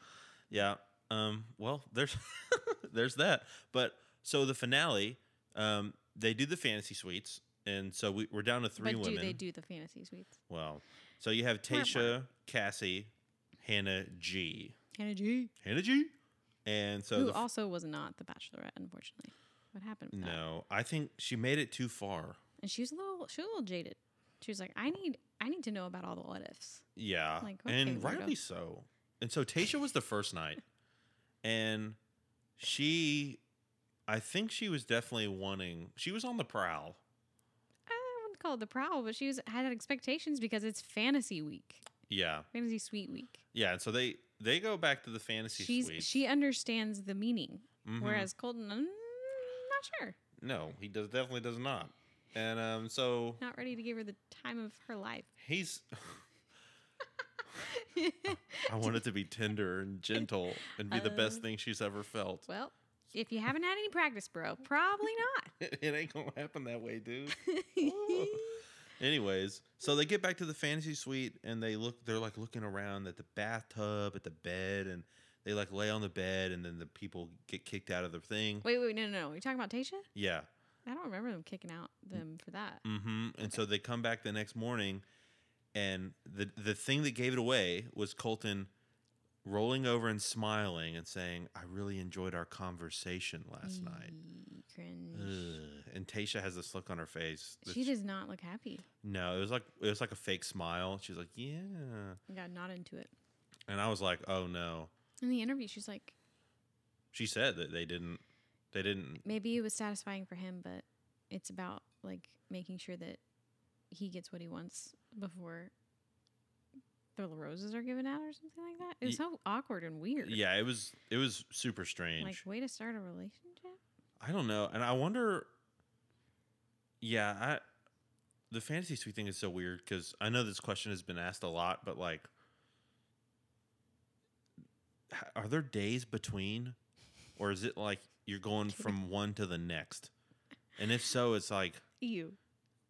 Speaker 1: Yeah. Um, well, there's *laughs* there's that. But so the finale, um, they do the fantasy suites, and so we, we're down to three
Speaker 2: but
Speaker 1: women.
Speaker 2: do they do the fantasy suites?
Speaker 1: Wow. So you have
Speaker 2: Wah, wah.
Speaker 1: Tasha, Cassie, Hannah G.
Speaker 2: Hannah G,
Speaker 1: Hannah G. And so
Speaker 2: who
Speaker 1: the f-
Speaker 2: also was not the Bachelorette, unfortunately. What happened? With that?
Speaker 1: no, I think she made it too far.
Speaker 2: And she was a little, she was a little jaded. She was like, I need, I need to know about all the what ifs.
Speaker 1: Yeah.
Speaker 2: Like, okay,
Speaker 1: and
Speaker 2: weirdo.
Speaker 1: rightly so. And so Tasha was the first night. And she I think she was definitely wanting she was on the prowl.
Speaker 2: I wouldn't call it the prowl, but she was had expectations because it's fantasy week,
Speaker 1: Yeah.
Speaker 2: fantasy suite week.
Speaker 1: Yeah. And so they they go back to the fantasy
Speaker 2: She's
Speaker 1: suite.
Speaker 2: she understands the meaning,
Speaker 1: Mhm.
Speaker 2: whereas Colton, mm, not sure,
Speaker 1: No, he does definitely does not. And um so
Speaker 2: not ready to give her the time of her life.
Speaker 1: he's I want it to be tender and gentle and be the
Speaker 2: Uh,
Speaker 1: best thing she's ever felt.
Speaker 2: well, if you haven't had any practice, bro, probably
Speaker 1: *laughs* it ain't gonna happen that way, dude.
Speaker 2: not.
Speaker 1: Anyways, so they get back to the fantasy suite and they look they're like looking around at the bathtub, at the bed, and they like lay on the bed and then the people get kicked out of the thing.
Speaker 2: wait, wait, no, no, no. Are you talking about Tasha?
Speaker 1: Yeah.
Speaker 2: I don't remember them kicking out them for that.
Speaker 1: Mm-hmm. And so they come back the next morning and the the thing that gave it away was Colton rolling over and smiling and saying, I really enjoyed our conversation last night.
Speaker 2: Eee, Cringe.
Speaker 1: Ugh. And Tasha has this look on her face. that
Speaker 2: She does not look happy.
Speaker 1: No, it was like it was like a fake smile. She was like, "Yeah,"
Speaker 2: I got not into it.
Speaker 1: and I was like, "Oh no."
Speaker 2: In the interview, she's like,
Speaker 1: She said that they didn't. They didn't.
Speaker 2: maybe it was satisfying for him, but it's about like making sure that he gets what he wants before the roses are given out or something like that. It was
Speaker 1: Ye-
Speaker 2: so awkward and weird.
Speaker 1: Yeah, it was. It was super strange.
Speaker 2: Like, way to start a relationship?
Speaker 1: I don't know, and I wonder. Yeah, I. The fantasy suite thing is so weird because I know this question has been asked a lot, but like, h- are there days between, or is it like you're
Speaker 2: *laughs*
Speaker 1: going from one to the next? And if so, it's like
Speaker 2: Ew.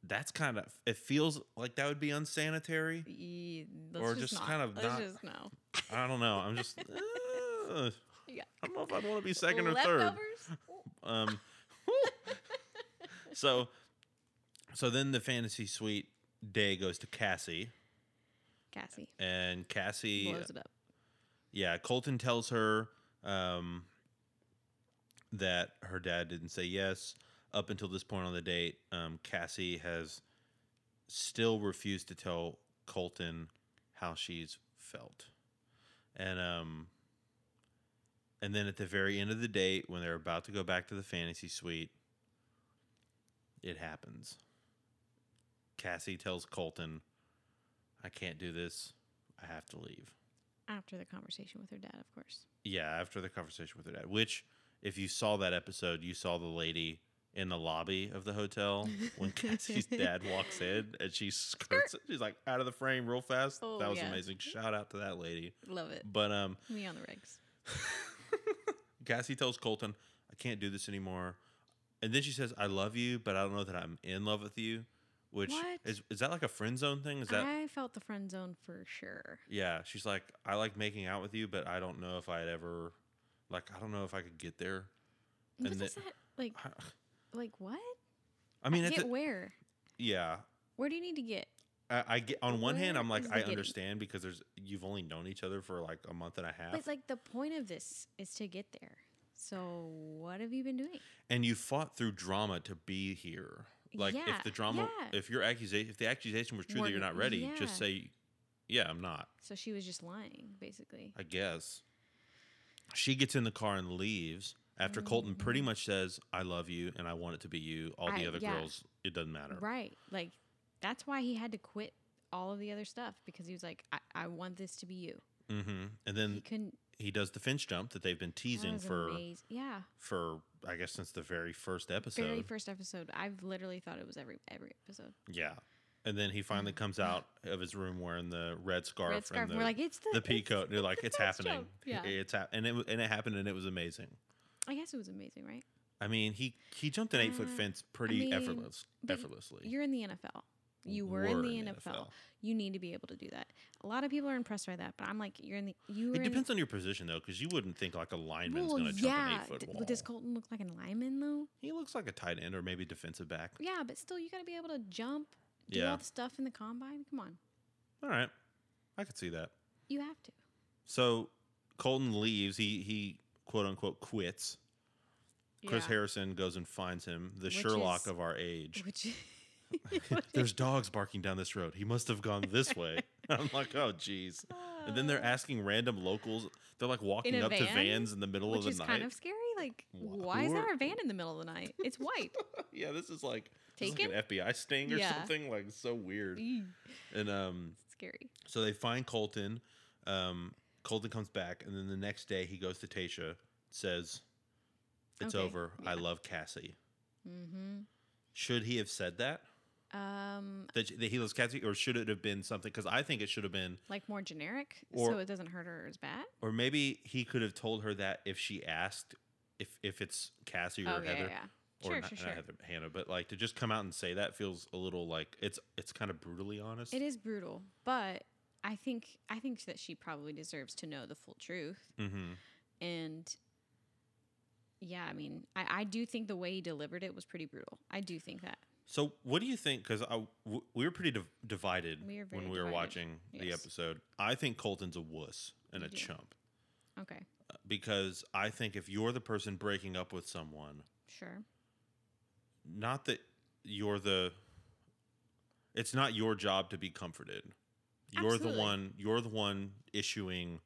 Speaker 1: that's kind of it feels like that would be unsanitary.
Speaker 2: Eee, let's
Speaker 1: Or just
Speaker 2: not.
Speaker 1: kind of
Speaker 2: let's
Speaker 1: not-
Speaker 2: just no.
Speaker 1: I don't know. I'm just. uh,
Speaker 2: Yeah.
Speaker 1: I don't know if I'd want to be second or third.
Speaker 2: Leftovers?
Speaker 1: Um, so, so then the fantasy suite day goes to Cassie,
Speaker 2: Cassie
Speaker 1: and Cassie,
Speaker 2: blows it up.
Speaker 1: yeah, Colton tells her um, that her dad didn't say yes up until this point on the date. Um, Cassie has still refused to tell Colton how she's felt, and um, and then at the very end of the date, when they're about to go back to the fantasy suite, it happens. Cassie tells Colton, "I can't do this. I have to leave."
Speaker 2: After the conversation with her dad, of course.
Speaker 1: Yeah, after the conversation with her dad. Which, if you saw that episode, you saw the lady in the lobby of the hotel
Speaker 2: *laughs*
Speaker 1: when Cassie's dad walks in and she skirts it. She's like out of the frame real fast.
Speaker 2: Oh,
Speaker 1: that was
Speaker 2: yeah.
Speaker 1: amazing. Shout out to that lady.
Speaker 2: Love it.
Speaker 1: But um,
Speaker 2: Me on the regs.
Speaker 1: Cassie tells Colton, I can't do this anymore. And then she says, I love you, but I don't know that I'm in love with you. Which
Speaker 2: What?
Speaker 1: is is that like a friend zone thing? Is that
Speaker 2: I felt the friend zone for sure.
Speaker 1: yeah, she's like, I like making out with you, but I don't know if I'd ever like I don't know if I could get there.
Speaker 2: What
Speaker 1: And
Speaker 2: does
Speaker 1: the-
Speaker 2: that like?
Speaker 1: I,
Speaker 2: Like what?
Speaker 1: I mean, it's
Speaker 2: get
Speaker 1: a-
Speaker 2: where?
Speaker 1: yeah.
Speaker 2: Where do you need to get?
Speaker 1: I, I get on one hand,
Speaker 2: Where
Speaker 1: I'm like
Speaker 2: is the
Speaker 1: I
Speaker 2: getting?
Speaker 1: understand because there's you've only known each other for like a month and a half,
Speaker 2: But like the point of this is to get there. So what have you been doing?
Speaker 1: and you fought through drama to be here. Like
Speaker 2: Yeah,
Speaker 1: if the drama,
Speaker 2: yeah.
Speaker 1: if your accusation, if the accusation was true that
Speaker 2: One-
Speaker 1: you're not ready,
Speaker 2: yeah.
Speaker 1: just say, yeah, I'm not.
Speaker 2: So she was just lying, basically.
Speaker 1: I guess. She gets in the car and leaves after Colton pretty much says, I love you and I want it to be you. All the
Speaker 2: Mm. I-
Speaker 1: other
Speaker 2: yeah.
Speaker 1: girls, it doesn't matter.
Speaker 2: Right. Like that's why he had to quit all of the other stuff because he was like, I, I want this to be you.
Speaker 1: hmm And
Speaker 2: He
Speaker 1: then
Speaker 2: couldn't.
Speaker 1: he does the Finch jump that they've been
Speaker 2: that
Speaker 1: teasing
Speaker 2: was
Speaker 1: for,
Speaker 2: amaz- yeah.
Speaker 1: for I guess, since the very first episode.
Speaker 2: Very first episode. I've literally thought it was every every episode.
Speaker 1: yeah. And then he finally comes out of his room wearing the red scarf,
Speaker 2: Mm. Red scarf.
Speaker 1: and
Speaker 2: and
Speaker 1: the,
Speaker 2: we're like, it's the,
Speaker 1: the pea
Speaker 2: it's-
Speaker 1: coat. And you're like,
Speaker 2: the
Speaker 1: it's
Speaker 2: Finch
Speaker 1: happening.
Speaker 2: jump." Yeah.
Speaker 1: It's hap- and, it, and it happened and it was amazing.
Speaker 2: I guess it was amazing, right?
Speaker 1: I mean, he, he jumped an eight foot
Speaker 2: Uh,
Speaker 1: fence pretty
Speaker 2: mean,
Speaker 1: effortless,
Speaker 2: but y-
Speaker 1: effortlessly.
Speaker 2: You're in the NFL. You were, in the NFL. You need to be able to do that. A lot of people are impressed by that, but I'm like, you're in the you were
Speaker 1: It
Speaker 2: in the-
Speaker 1: depends on your position though, because you wouldn't think like a lineman's
Speaker 2: well,
Speaker 1: going to jump an
Speaker 2: yeah.
Speaker 1: eight foot
Speaker 2: D-
Speaker 1: wall.
Speaker 2: but does Colton look like a lineman though?
Speaker 1: he looks like a tight end or maybe defensive back.
Speaker 2: Yeah, but still, you got to be able to jump, do
Speaker 1: Yeah.
Speaker 2: all the stuff in the combine. Come on,
Speaker 1: All right, I could see that.
Speaker 2: you have to.
Speaker 1: So Colton leaves. He he quote unquote quits. Chris Harrison goes and finds him, the
Speaker 2: Which
Speaker 1: Sherlock
Speaker 2: is-
Speaker 1: of our age.
Speaker 2: Which *laughs*
Speaker 1: There's dogs barking down this road. He must have gone this
Speaker 2: *laughs*
Speaker 1: way. I'm like, oh jeez. And then they're asking random locals. They're like walking
Speaker 2: Oh. a
Speaker 1: up to
Speaker 2: van?
Speaker 1: vans in the middle
Speaker 2: which
Speaker 1: of the
Speaker 2: is
Speaker 1: night.
Speaker 2: kind of scary. Like,
Speaker 1: Wha-
Speaker 2: why is
Speaker 1: who are-
Speaker 2: there a van in the middle of the night? It's white.
Speaker 1: *laughs* yeah, this is like *laughs* this is like
Speaker 2: Taken?
Speaker 1: an FBI sting or
Speaker 2: Yeah.
Speaker 1: something. Like so weird.
Speaker 2: Ew,
Speaker 1: And um,
Speaker 2: scary.
Speaker 1: So they find Colton. Um, Colton comes back, and then the next day he goes to Tasha, says, "It's
Speaker 2: Okay,
Speaker 1: over. I
Speaker 2: yeah.
Speaker 1: love Cassie."
Speaker 2: Mm-hmm.
Speaker 1: Should he have said that
Speaker 2: Um,
Speaker 1: that, that he loves Cassie, or should it have been something? Because I think it should have been,
Speaker 2: like more generic,
Speaker 1: Or-
Speaker 2: so it doesn't hurt her as bad.
Speaker 1: or maybe he could have told her that if she asked if if it's Cassie or
Speaker 2: Oh yeah,
Speaker 1: Heather
Speaker 2: yeah, yeah.
Speaker 1: or
Speaker 2: Sure,
Speaker 1: not,
Speaker 2: sure,
Speaker 1: not
Speaker 2: sure.
Speaker 1: Heather, Hannah, but like to just come out and say that feels a little like it's it's kind of brutally honest.
Speaker 2: It is brutal, but I think I think that she probably deserves to know the full truth.
Speaker 1: Mm-hmm.
Speaker 2: and yeah, I mean, I, I do think the way he delivered it was pretty brutal. I do think that.
Speaker 1: So, what do you think? Because w- we were pretty div- divided
Speaker 2: We are
Speaker 1: when
Speaker 2: very
Speaker 1: we were
Speaker 2: divided,
Speaker 1: watching the
Speaker 2: yes.
Speaker 1: episode. I think Colton's a wuss and a
Speaker 2: Yeah.
Speaker 1: chump uh,
Speaker 2: Okay,
Speaker 1: because I think if you're the person breaking up with someone,
Speaker 2: sure.
Speaker 1: not that you're the, it's not your job to be comforted. You're the
Speaker 2: Absolutely.
Speaker 1: one. You're the one issuing.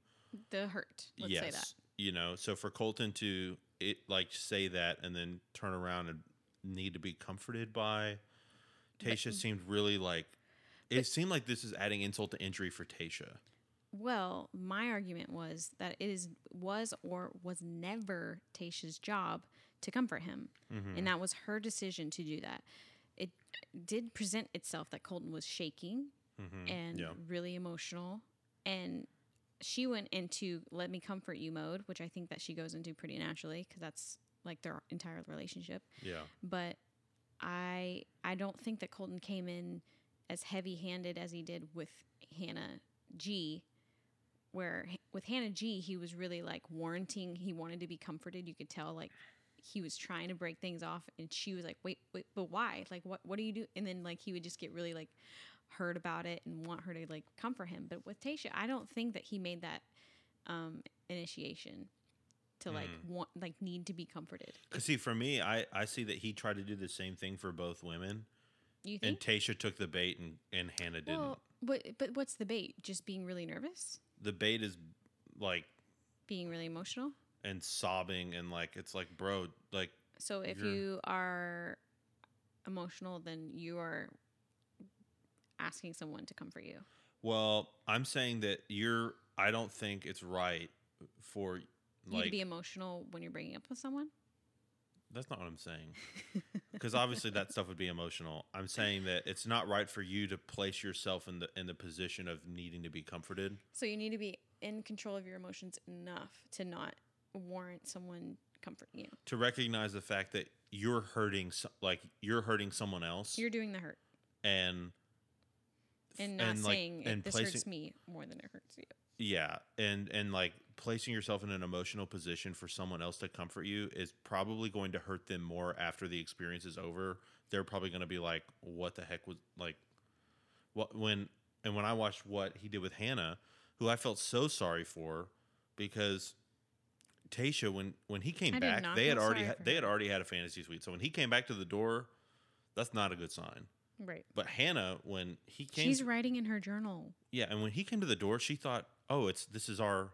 Speaker 2: The hurt. Let's
Speaker 1: yes,
Speaker 2: say that.
Speaker 1: you know. So for Colton to it like say that and then turn around and need to be comforted by Tasha seemed really like it seemed like this is adding insult to injury for Tasha.
Speaker 2: Well, my argument was that it is was or was never Tasha's job to comfort him,
Speaker 1: Mhm.
Speaker 2: and that was her decision to do that. It did present itself that Colton was shaking
Speaker 1: Mm-hmm.
Speaker 2: and
Speaker 1: yeah,
Speaker 2: really emotional. And she went into let me comfort you mode, which I think that she goes into pretty naturally because that's like their entire relationship.
Speaker 1: yeah,
Speaker 2: But I I don't think that Colton came in as heavy handed as he did with Hannah G. Where h- with Hannah G, he was really like warranting. He wanted to be comforted. You could tell like he was trying to break things off, and she was like, "Wait, wait, but why? Like, what? What do you do?" And then like he would just get really like hurt about it and want her to like comfort him. But with Tasha, I don't think that he made that um initiation to like
Speaker 1: Mm.
Speaker 2: want like need to be comforted.
Speaker 1: because see, for me, I I see that he tried to do the same thing for both women,
Speaker 2: You think?
Speaker 1: and Tasha took the bait and and Hannah didn't.
Speaker 2: Well, but but what's the bait? Just being really nervous,
Speaker 1: the bait is like
Speaker 2: being really emotional.
Speaker 1: and sobbing and like it's like bro, like
Speaker 2: So if
Speaker 1: You're-
Speaker 2: you are emotional, then you are asking someone to comfort you.
Speaker 1: Well, I'm saying that you're. I don't think it's right for
Speaker 2: you to
Speaker 1: like.
Speaker 2: be emotional when you're breaking up with someone.
Speaker 1: that's not what I'm
Speaker 2: *laughs*
Speaker 1: saying. Because obviously that stuff would be emotional. I'm saying that it's not right for you to place yourself in the in the position of needing to be comforted.
Speaker 2: So you need to be in control of your emotions enough to not warrant someone comforting you.
Speaker 1: To recognize the fact that you're hurting, so- like you're hurting someone else,
Speaker 2: You're doing the hurt
Speaker 1: and
Speaker 2: and not
Speaker 1: And, like,
Speaker 2: saying
Speaker 1: and
Speaker 2: it, this
Speaker 1: placing-
Speaker 2: hurts me more than it hurts you.
Speaker 1: yeah, and and like placing yourself in an emotional position for someone else to comfort you is probably going to hurt them more after the experience is over. They're probably going to be like, "What the heck was like?" What when and when I watched what he did with Hannah, who I felt so sorry for, because Tasha when when he came
Speaker 2: I did
Speaker 1: back,
Speaker 2: not
Speaker 1: they had
Speaker 2: feel
Speaker 1: already
Speaker 2: sorry
Speaker 1: had,
Speaker 2: for
Speaker 1: they had
Speaker 2: her.
Speaker 1: already had a fantasy suite. So when he came back to the door, that's not a good sign.
Speaker 2: Right.
Speaker 1: But Hannah, when he came,
Speaker 2: She's writing in her journal.
Speaker 1: yeah, and when he came to the door, she thought, "Oh, it's this is our,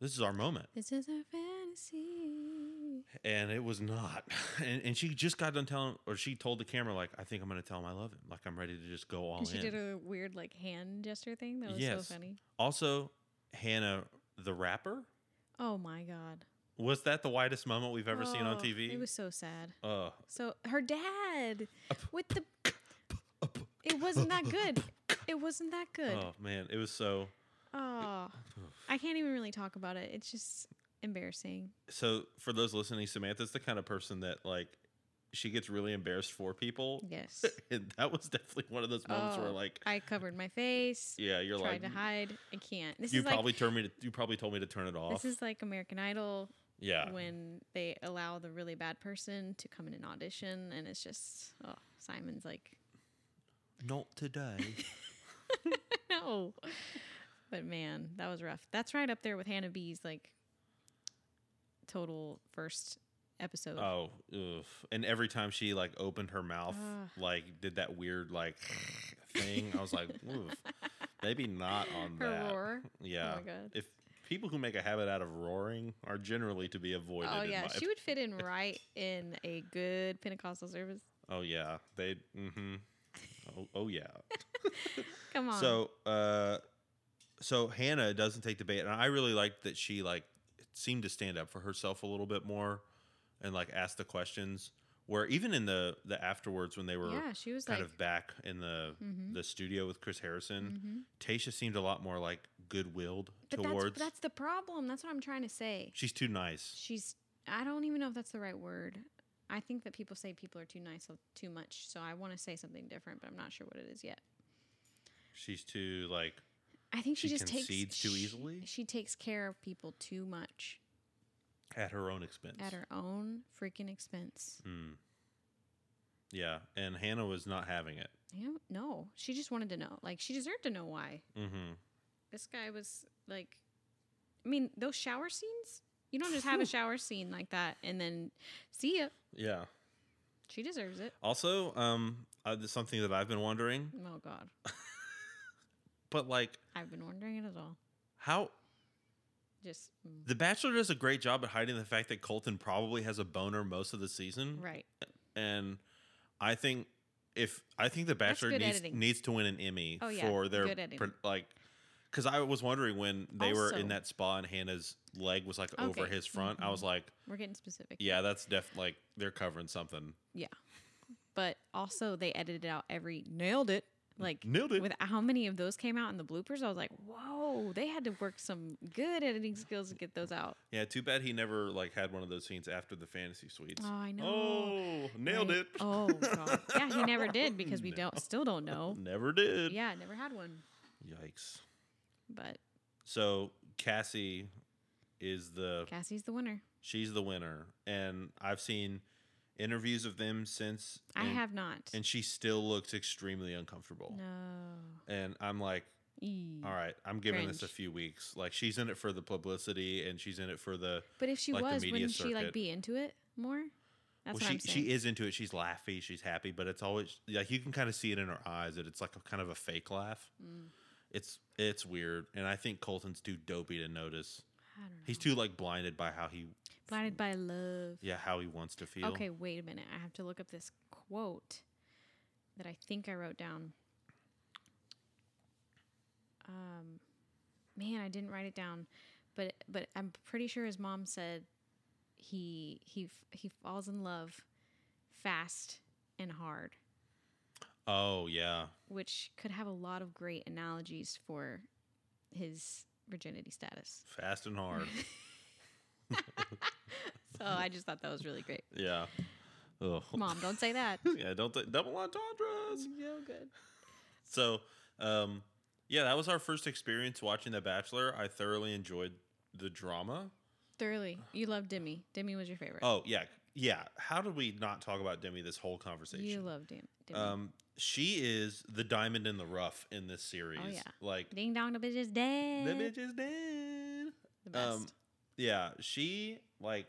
Speaker 1: this is our moment,"
Speaker 2: This is our fantasy.
Speaker 1: and it was not. *laughs* And, and she just got done telling, or she told the camera, like, "I think I'm going to tell him I love him. Like I'm ready to just go all
Speaker 2: and she
Speaker 1: in."
Speaker 2: did a weird like hand gesture thing that was
Speaker 1: Yes.
Speaker 2: so funny.
Speaker 1: also, Hannah, the rapper,
Speaker 2: Oh my god.
Speaker 1: was that the widest moment we've ever seen on
Speaker 2: Oh,
Speaker 1: TV?
Speaker 2: It was so sad.
Speaker 1: Uh,
Speaker 2: So her dad with the it wasn't that good. It wasn't that good.
Speaker 1: oh man, it was so.
Speaker 2: Oh, I can't even really talk about it. It's just embarrassing.
Speaker 1: So for those listening, Samantha's the kind of person that like, she gets really embarrassed for people. *laughs*
Speaker 2: Yes.
Speaker 1: And that was definitely one of those moments where,
Speaker 2: Oh.
Speaker 1: like,
Speaker 2: I covered my face.
Speaker 1: yeah, you're
Speaker 2: tried
Speaker 1: like,
Speaker 2: to hide. I can't. This
Speaker 1: you
Speaker 2: is like
Speaker 1: probably told me to you probably told me to turn it off.
Speaker 2: this is like American Idol
Speaker 1: yeah.
Speaker 2: when they allow the really bad person to come in an audition and it's just oh, Simon's like
Speaker 1: Not today.
Speaker 2: *laughs* no. But man, that was rough. That's right up there with Hannah B's like total first episode.
Speaker 1: oh, ugh. and every time she like opened her mouth,
Speaker 2: Ugh.
Speaker 1: like did that weird like thing, I was
Speaker 2: *laughs*
Speaker 1: like, oof, maybe not on
Speaker 2: Her
Speaker 1: that.
Speaker 2: roar.
Speaker 1: Yeah.
Speaker 2: Oh my god.
Speaker 1: If people who make a habit out of roaring are generally to be avoided.
Speaker 2: Oh
Speaker 1: in
Speaker 2: yeah,
Speaker 1: my
Speaker 2: she would fit in right in a good Pentecostal service.
Speaker 1: Oh yeah, they. Mm-hmm. Oh, oh yeah.
Speaker 2: Come on.
Speaker 1: So, uh, so Hannah doesn't take the bait, and I really liked that she like seemed to stand up for herself a little bit more, and like ask the questions. Where even in the the afterwards when they were
Speaker 2: yeah, she was
Speaker 1: kind
Speaker 2: like
Speaker 1: of back in the
Speaker 2: Mhm.
Speaker 1: the studio with Chris Harrison,
Speaker 2: mhm.
Speaker 1: Tasha seemed a lot more like good willed
Speaker 2: But
Speaker 1: towards.
Speaker 2: that's that's the problem. That's what I'm trying to say.
Speaker 1: She's too nice.
Speaker 2: She's I don't even know if that's the right word. I think that people say people are too nice so- too much, so I want to say something different, but I'm not sure what it is yet.
Speaker 1: She's too like
Speaker 2: I think she,
Speaker 1: She
Speaker 2: just takes
Speaker 1: concedes too
Speaker 2: she-
Speaker 1: easily?
Speaker 2: She, takes care of people too much
Speaker 1: at her own expense.
Speaker 2: at her own freaking expense.
Speaker 1: Mm. Yeah, and Hannah was not having it.
Speaker 2: You know, no, she just wanted to know. Like she deserved to know why
Speaker 1: Mm-hmm.
Speaker 2: this guy was like. I mean, those shower scenes. You don't just
Speaker 1: *laughs*
Speaker 2: have a shower scene like that and then see ya.
Speaker 1: Yeah.
Speaker 2: She deserves it.
Speaker 1: Also, um, uh, this is something that I've been wondering,
Speaker 2: Oh God,
Speaker 1: but like,
Speaker 2: I've been wondering it as well.
Speaker 1: how
Speaker 2: Just
Speaker 1: *laughs*
Speaker 2: mm,
Speaker 1: The Bachelor does a great job at hiding the fact that Colton probably has a boner most of the season,
Speaker 2: right.
Speaker 1: and I think if I think The
Speaker 2: That's
Speaker 1: Bachelor
Speaker 2: good
Speaker 1: needs
Speaker 2: editing.
Speaker 1: needs to win an Emmy
Speaker 2: Oh, yeah,
Speaker 1: for their
Speaker 2: good editing.
Speaker 1: pro- like. Because I was wondering when they were
Speaker 2: Also-
Speaker 1: in that spa and Hannah's leg was like over
Speaker 2: Okay,
Speaker 1: his front. I
Speaker 2: mhm.
Speaker 1: was like,
Speaker 2: We're getting specific.
Speaker 1: yeah, that's def like they're covering something.
Speaker 2: But also, they edited out every nailed it. Like
Speaker 1: Nailed *laughs* it.
Speaker 2: with how many of those came out in the bloopers, I was like, whoa, they had to work some good editing skills to get those out.
Speaker 1: Yeah, too bad he never like had one of those scenes after the fantasy suites.
Speaker 2: Oh, I know.
Speaker 1: Oh, nailed
Speaker 2: Right.
Speaker 1: it.
Speaker 2: Oh god. Yeah,
Speaker 1: *laughs*
Speaker 2: he never did because we
Speaker 1: No.
Speaker 2: don't still don't know.
Speaker 1: *laughs* Never did.
Speaker 2: Yeah, never had one.
Speaker 1: Yikes.
Speaker 2: But
Speaker 1: So Cassie is the
Speaker 2: Cassie's the winner.
Speaker 1: she's the winner, and I've seen interviews of them since.
Speaker 2: I
Speaker 1: and-
Speaker 2: have not.
Speaker 1: and she still looks extremely uncomfortable.
Speaker 2: no.
Speaker 1: And I'm like,
Speaker 2: Eee.
Speaker 1: all right, I'm giving this
Speaker 2: Cringe.
Speaker 1: a few weeks. Like she's in it for the publicity, and she's in it for the
Speaker 2: But if she
Speaker 1: like the
Speaker 2: was,
Speaker 1: media
Speaker 2: wouldn't she
Speaker 1: circuit.
Speaker 2: like be into it more?
Speaker 1: well,
Speaker 2: That's what
Speaker 1: she
Speaker 2: I'm saying.
Speaker 1: she is into it. She's laughy. She's happy, but it's always like you can kind of see it in her eyes that it's like a kind of a fake laugh.
Speaker 2: Mm,
Speaker 1: It's it's weird, and I think Colton's too dopey to notice.
Speaker 2: I don't know.
Speaker 1: He's too like blinded by how he
Speaker 2: blinded by love.
Speaker 1: yeah how he wants to feel.
Speaker 2: Okay, wait a minute. I have to look up this quote that I think I wrote down. Um, man, I didn't write it down, but but I'm pretty sure his mom said he he f- he falls in love fast and hard,
Speaker 1: Oh yeah,
Speaker 2: which could have a lot of great analogies for his virginity status.
Speaker 1: fast and hard.
Speaker 2: *laughs* So I just thought that was really great.
Speaker 1: yeah. Ugh.
Speaker 2: Mom, don't say *laughs* that.
Speaker 1: *laughs* yeah, don't th- double entendres.
Speaker 2: so good.
Speaker 1: So, um, yeah, that was our first experience watching The Bachelor. I thoroughly enjoyed the drama.
Speaker 2: Thoroughly. You love Demi. Demi was your favorite.
Speaker 1: Uh-huh. Oh yeah, yeah. How did we not talk about Demi this whole conversation?
Speaker 2: you love Demi. Demi.
Speaker 1: um, she is the diamond in the rough in this series.
Speaker 2: Oh, yeah.
Speaker 1: Like
Speaker 2: Ding dong, the bitch is dead.
Speaker 1: the bitch is dead.
Speaker 2: The best.
Speaker 1: Um, yeah, she like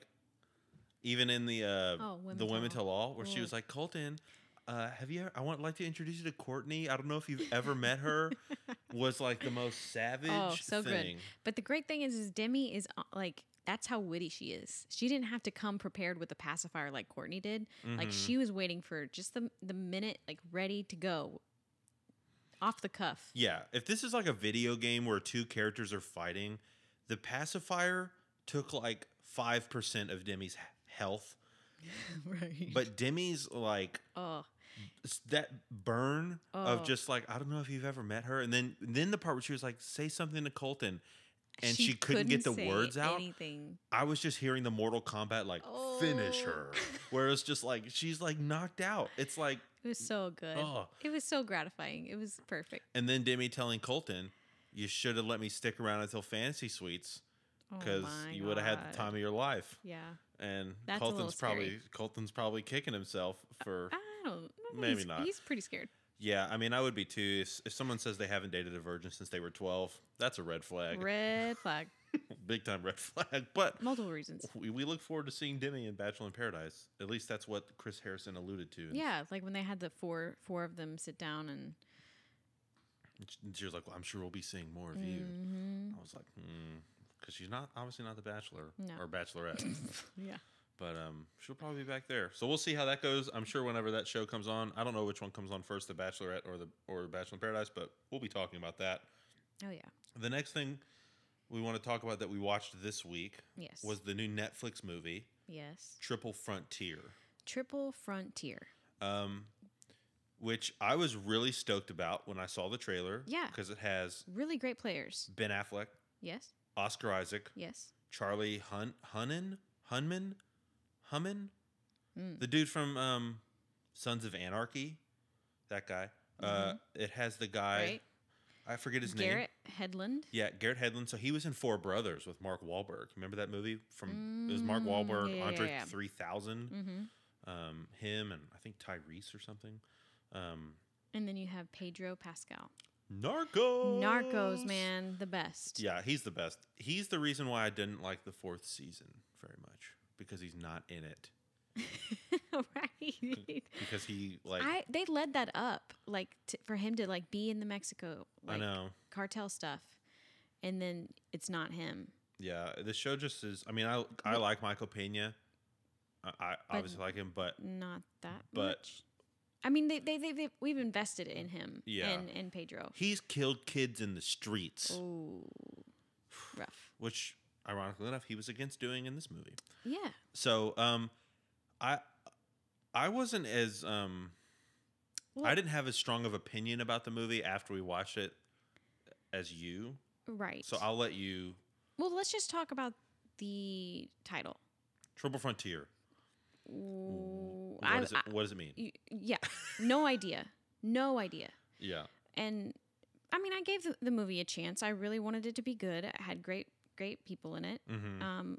Speaker 1: even in the uh
Speaker 2: Oh, Women
Speaker 1: the
Speaker 2: Tell
Speaker 1: women
Speaker 2: All.
Speaker 1: tell all where she
Speaker 2: Ooh.
Speaker 1: was like Colton, uh, have you? Ever, I want like to introduce you to Courtney. I don't know if you've ever met
Speaker 2: *laughs*
Speaker 1: her. Was like the most savage
Speaker 2: Oh, so good.
Speaker 1: thing.
Speaker 2: But the great thing is, is Demi is uh, like that's how witty she is. She didn't have to come prepared with a pacifier like Courtney did. Like
Speaker 1: Mhm.
Speaker 2: she was waiting for just the the minute, like ready to go, off the cuff.
Speaker 1: Yeah, if this is like a video game where two characters are fighting, the pacifier took like 5% of Demi's h- health,
Speaker 2: right.
Speaker 1: but Demi's like
Speaker 2: oh,
Speaker 1: s- that burn
Speaker 2: Oh.
Speaker 1: of just like I don't know if you've ever met her and then then the part where she was like say something to Colton and she, couldn't, get the
Speaker 2: say
Speaker 1: words out.
Speaker 2: Anything.
Speaker 1: I was just hearing the Mortal Kombat like finish
Speaker 2: Oh.
Speaker 1: her. Where it's just like she's like knocked out. It's like
Speaker 2: It was so good.
Speaker 1: oh
Speaker 2: It was so gratifying. It was perfect.
Speaker 1: and then Demi telling Colton, you should have let me stick around until fantasy suites.
Speaker 2: Oh
Speaker 1: because
Speaker 2: my
Speaker 1: you would have had
Speaker 2: God.
Speaker 1: the time of your life.
Speaker 2: Yeah.
Speaker 1: And
Speaker 2: That's a little
Speaker 1: Colton's
Speaker 2: scary.
Speaker 1: probably Colton's probably kicking himself for
Speaker 2: I don't.
Speaker 1: Maybe
Speaker 2: he's,
Speaker 1: not.
Speaker 2: He's pretty scared.
Speaker 1: yeah. I mean, I would be too. If, if someone says they haven't dated a virgin since they were twelve, that's a red flag,
Speaker 2: Red flag.
Speaker 1: *laughs* big time red flag. But *laughs*
Speaker 2: Multiple reasons.
Speaker 1: we, we look forward to seeing Demi in Bachelor in Paradise. At least that's what Chris Harrison alluded to. And
Speaker 2: Yeah, like when they had the four four of them sit down and
Speaker 1: sh- and she was like, well, "I'm sure we'll be seeing more of you."
Speaker 2: Mhm.
Speaker 1: I was like, "Hmm," because she's not obviously not the Bachelor
Speaker 2: No.
Speaker 1: or
Speaker 2: *laughs*
Speaker 1: Bachelorette.
Speaker 2: yeah,
Speaker 1: But um, she'll probably be back there. So we'll see how that goes. I'm sure whenever that show comes on, I don't know which one comes on first, The Bachelorette or the or Bachelor in Paradise, but we'll be talking about that.
Speaker 2: oh yeah,
Speaker 1: The next thing we want to talk about that we watched this week
Speaker 2: yes,
Speaker 1: was the new Netflix movie
Speaker 2: yes,
Speaker 1: Triple Frontier,
Speaker 2: triple frontier.
Speaker 1: um, which I was really stoked about when I saw the trailer.
Speaker 2: Yeah.
Speaker 1: because it has
Speaker 2: Really great players.
Speaker 1: Ben Affleck,
Speaker 2: Yes,
Speaker 1: Oscar Isaac,
Speaker 2: yes.
Speaker 1: Charlie Hun Hunnen Hunman Hummin,
Speaker 2: Mm.
Speaker 1: the dude from um, Sons of Anarchy, that guy. Uh, it has the guy
Speaker 2: Mm-hmm. right,
Speaker 1: I forget his name.
Speaker 2: Garrett Headland.
Speaker 1: Yeah, Garrett Hedlund. So he was in Four Brothers with Mark Wahlberg. Remember that movie from it was Mark
Speaker 2: Mm,
Speaker 1: Wahlberg,
Speaker 2: yeah, yeah,
Speaker 1: Andre
Speaker 2: yeah.
Speaker 1: 3000,
Speaker 2: Mm-hmm.
Speaker 1: um, him, and I think Tyrese or something. Um,
Speaker 2: And then you have Pedro Pascal.
Speaker 1: Narcos.
Speaker 2: Narcos, man, the best.
Speaker 1: Yeah, he's the best. He's the reason why I didn't like the fourth season very much because he's not in it.
Speaker 2: *laughs* right.
Speaker 1: because
Speaker 2: *sighs*
Speaker 1: he *laughs* like I,
Speaker 2: I they led that up like t- for him to like be in the Mexico like
Speaker 1: know.
Speaker 2: cartel stuff, and then it's not him.
Speaker 1: Yeah, the show just is. I mean, I I
Speaker 2: But-
Speaker 1: like Michael Pena. I, I obviously like him, but
Speaker 2: not that
Speaker 1: But-
Speaker 2: much. I mean, they they they they've- we've invested in him.
Speaker 1: Yeah.
Speaker 2: and and Pedro.
Speaker 1: he's killed kids in the streets, *sighs*
Speaker 2: Oh, rough.
Speaker 1: which ironically enough, he was against doing in this movie.
Speaker 2: Yeah,
Speaker 1: So, um, I I wasn't as um I
Speaker 2: Well-
Speaker 1: didn't have as strong of opinion about the movie after we watched it as you.
Speaker 2: right.
Speaker 1: So I'll let you.
Speaker 2: well, let's just talk about the title.
Speaker 1: Triple Frontier.
Speaker 2: Ooh,
Speaker 1: What,
Speaker 2: I,
Speaker 1: does it,
Speaker 2: I-
Speaker 1: what does it mean?
Speaker 2: y- yeah, no *laughs* idea, no idea.
Speaker 1: Yeah.
Speaker 2: And I mean, I gave the, the movie a chance. I really wanted it to be good. It had great great people in it.
Speaker 1: Mm-hmm.
Speaker 2: Um,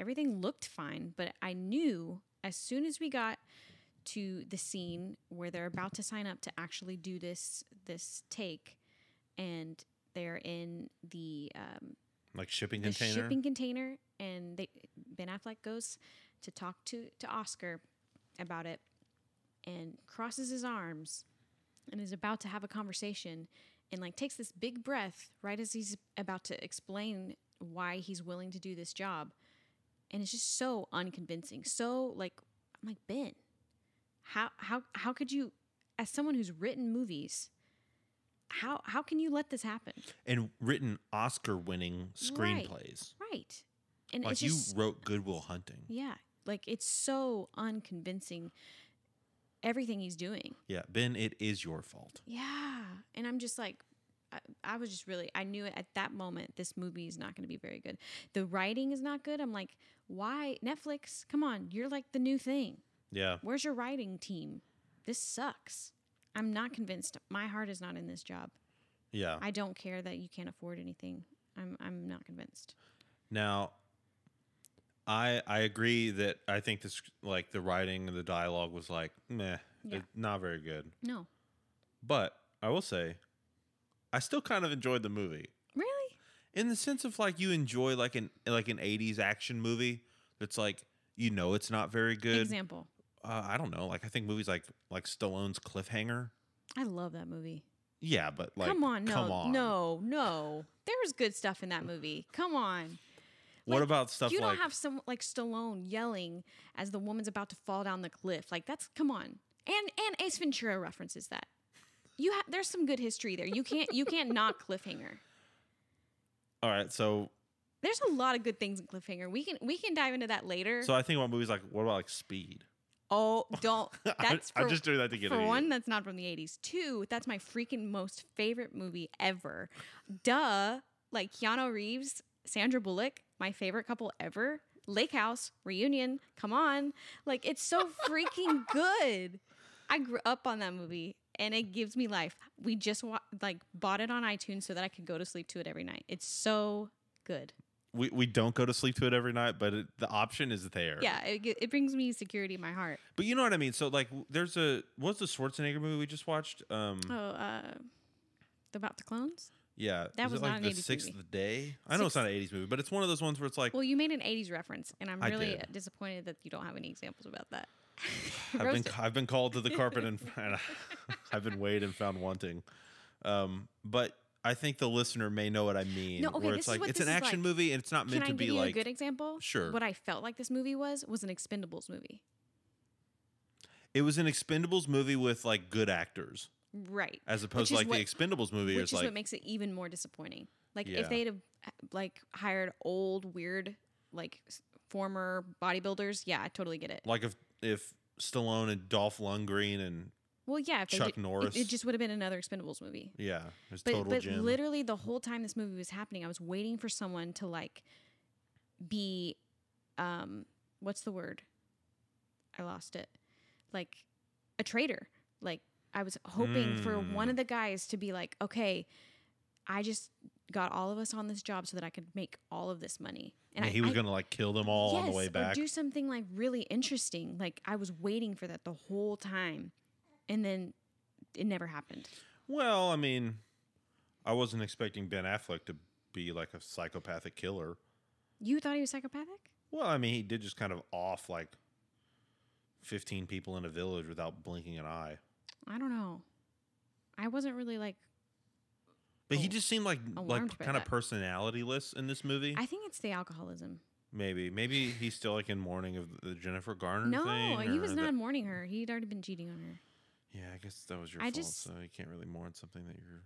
Speaker 2: everything looked fine, but I knew as soon as we got to the scene where they're about to sign up to actually do this this take, and they're in the um,
Speaker 1: like shipping
Speaker 2: the
Speaker 1: container.
Speaker 2: shipping container, and they Ben Affleck goes to talk to to Oscar about it, and crosses his arms, and is about to have a conversation. And like takes this big breath right as he's about to explain why he's willing to do this job and it's just so unconvincing so like i'm like ben how how how could you as someone who's written movies how how can you let this happen
Speaker 1: and written Oscar winning
Speaker 2: Right.
Speaker 1: screenplays.
Speaker 2: right and
Speaker 1: Like
Speaker 2: it's just
Speaker 1: you wrote Goodwill Hunting.
Speaker 2: yeah like it's so unconvincing everything he's doing
Speaker 1: Yeah, Ben, it is your fault.
Speaker 2: yeah and i'm just like I, I was just really i knew it at that moment this movie is not going to be very good the writing is not good i'm like why netflix come on you're like the new thing
Speaker 1: Yeah.
Speaker 2: Where's your writing team? This sucks. I'm not convinced. My heart is not in this job.
Speaker 1: Yeah.
Speaker 2: I don't care that you can't afford anything. I'm I'm not convinced.
Speaker 1: Now, I I agree that I think this like the writing and the dialogue was like meh,
Speaker 2: Yeah.
Speaker 1: it- not very good.
Speaker 2: No.
Speaker 1: But I will say, I still kind of enjoyed the movie
Speaker 2: Really?
Speaker 1: in the sense of like you enjoy like an like an '80s action movie that's like you know it's not very good.
Speaker 2: Example.
Speaker 1: Uh, I don't know. Like I think movies like like Stallone's Cliffhanger.
Speaker 2: I love that movie.
Speaker 1: Yeah, but like
Speaker 2: come on, no,
Speaker 1: come on.
Speaker 2: no, no. There's good stuff in that movie. Come on.
Speaker 1: What
Speaker 2: Like,
Speaker 1: about stuff
Speaker 2: you don't
Speaker 1: like
Speaker 2: have some like Stallone yelling as the woman's about to fall down the cliff. Like that's come on. And and Ace Ventura references that. You ha- there's some good history there. You can't you can't knock *laughs* Cliffhanger.
Speaker 1: all right? So
Speaker 2: There's a lot of good things in Cliffhanger. We can we can dive into that later.
Speaker 1: so I think about movies like what about like Speed? *laughs*
Speaker 2: oh, don't. That's
Speaker 1: I,
Speaker 2: for,
Speaker 1: am just doing that to get
Speaker 2: for
Speaker 1: it.
Speaker 2: one. That's not from the '80s. Two. That's my freaking most favorite movie ever. Duh. Like Keanu Reeves, Sandra Bullock, my favorite couple ever. Lake House reunion. Come on. Like it's so
Speaker 1: *laughs*
Speaker 2: freaking good. I grew up on that movie and it gives me life. We just wa- like bought it on iTunes so that I could go to sleep to it every night. It's so good.
Speaker 1: we, we don't go to sleep to it every night, but it, the option is there.
Speaker 2: Yeah, it, gi- it brings me security in my heart.
Speaker 1: But you know what I mean? So, like, w- there's a, what's the Schwarzenegger movie we just watched? Um,
Speaker 2: Oh, uh, about the clones?
Speaker 1: yeah.
Speaker 2: that
Speaker 1: is
Speaker 2: was
Speaker 1: it like
Speaker 2: not an
Speaker 1: The
Speaker 2: 80s
Speaker 1: Sixth
Speaker 2: movie.
Speaker 1: Day? I know it's not an 80s movie, but it's one of those ones where it's like, *sighs*
Speaker 2: Well, you made an 80s reference, and I'm
Speaker 1: I
Speaker 2: really
Speaker 1: did.
Speaker 2: disappointed that you don't have any examples about that. *laughs*
Speaker 1: I've been,
Speaker 2: Roasted.
Speaker 1: I've been called to the carpet
Speaker 2: *laughs*
Speaker 1: and, and *laughs* I've been weighed and found wanting. Um, but I think the listener may know what I mean.
Speaker 2: No, okay,
Speaker 1: where
Speaker 2: this
Speaker 1: it's
Speaker 2: is
Speaker 1: like,
Speaker 2: what
Speaker 1: it's
Speaker 2: this
Speaker 1: an
Speaker 2: is
Speaker 1: action
Speaker 2: like.
Speaker 1: movie and it's not
Speaker 2: Can
Speaker 1: meant
Speaker 2: I
Speaker 1: to
Speaker 2: give
Speaker 1: be
Speaker 2: you
Speaker 1: like,
Speaker 2: a good example?
Speaker 1: *laughs* Sure.
Speaker 2: What I felt like this movie was was an Expendables movie.
Speaker 1: it was an Expendables movie with like good actors
Speaker 2: Right.
Speaker 1: as opposed to
Speaker 2: is
Speaker 1: like
Speaker 2: what-
Speaker 1: the Expendables movie
Speaker 2: Which is
Speaker 1: is like,
Speaker 2: what makes it even more disappointing. Like
Speaker 1: Yeah.
Speaker 2: if they'd have uh, like hired old weird like s- former bodybuilders, yeah, I totally get it.
Speaker 1: like if, if Stallone and Dolph Lundgren and
Speaker 2: Well, yeah, if they
Speaker 1: Chuck
Speaker 2: did- it-
Speaker 1: Norris.
Speaker 2: It, just would have been another Expendables movie.
Speaker 1: yeah, there's
Speaker 2: But
Speaker 1: total
Speaker 2: but
Speaker 1: gym.
Speaker 2: literally the whole time this movie was happening, I was waiting for someone to like be um what's the word? I lost it. Like a traitor. Like I was hoping for one
Speaker 1: Mm.
Speaker 2: of the guys to be like, "Okay, I just got all of us on this job so that I could make all of this money."
Speaker 1: Yeah,
Speaker 2: I-
Speaker 1: he was
Speaker 2: I-
Speaker 1: gonna like kill them all on the way
Speaker 2: Or
Speaker 1: back.
Speaker 2: do something like really interesting. Like I was waiting for that the whole time, and then it never happened.
Speaker 1: well, I mean, I wasn't expecting Ben Affleck to be like a psychopathic killer.
Speaker 2: You thought he was psychopathic?
Speaker 1: Well, I mean, he did just kind of off like fifteen people in a village without blinking an eye.
Speaker 2: I don't know. I wasn't really like.
Speaker 1: But he
Speaker 2: Oh,
Speaker 1: just seemed like
Speaker 2: alarmed
Speaker 1: like
Speaker 2: by
Speaker 1: kind of
Speaker 2: that.
Speaker 1: personalityless in this movie.
Speaker 2: I think it's the alcoholism.
Speaker 1: maybe, maybe he's still like in mourning of the Jennifer Garner thing.
Speaker 2: No, he
Speaker 1: or
Speaker 2: was
Speaker 1: the-
Speaker 2: not mourning her. He'd already been cheating on her.
Speaker 1: yeah, I guess that was your
Speaker 2: I
Speaker 1: fault.
Speaker 2: just-
Speaker 1: so you can't really mourn something that
Speaker 2: *laughs*
Speaker 1: you're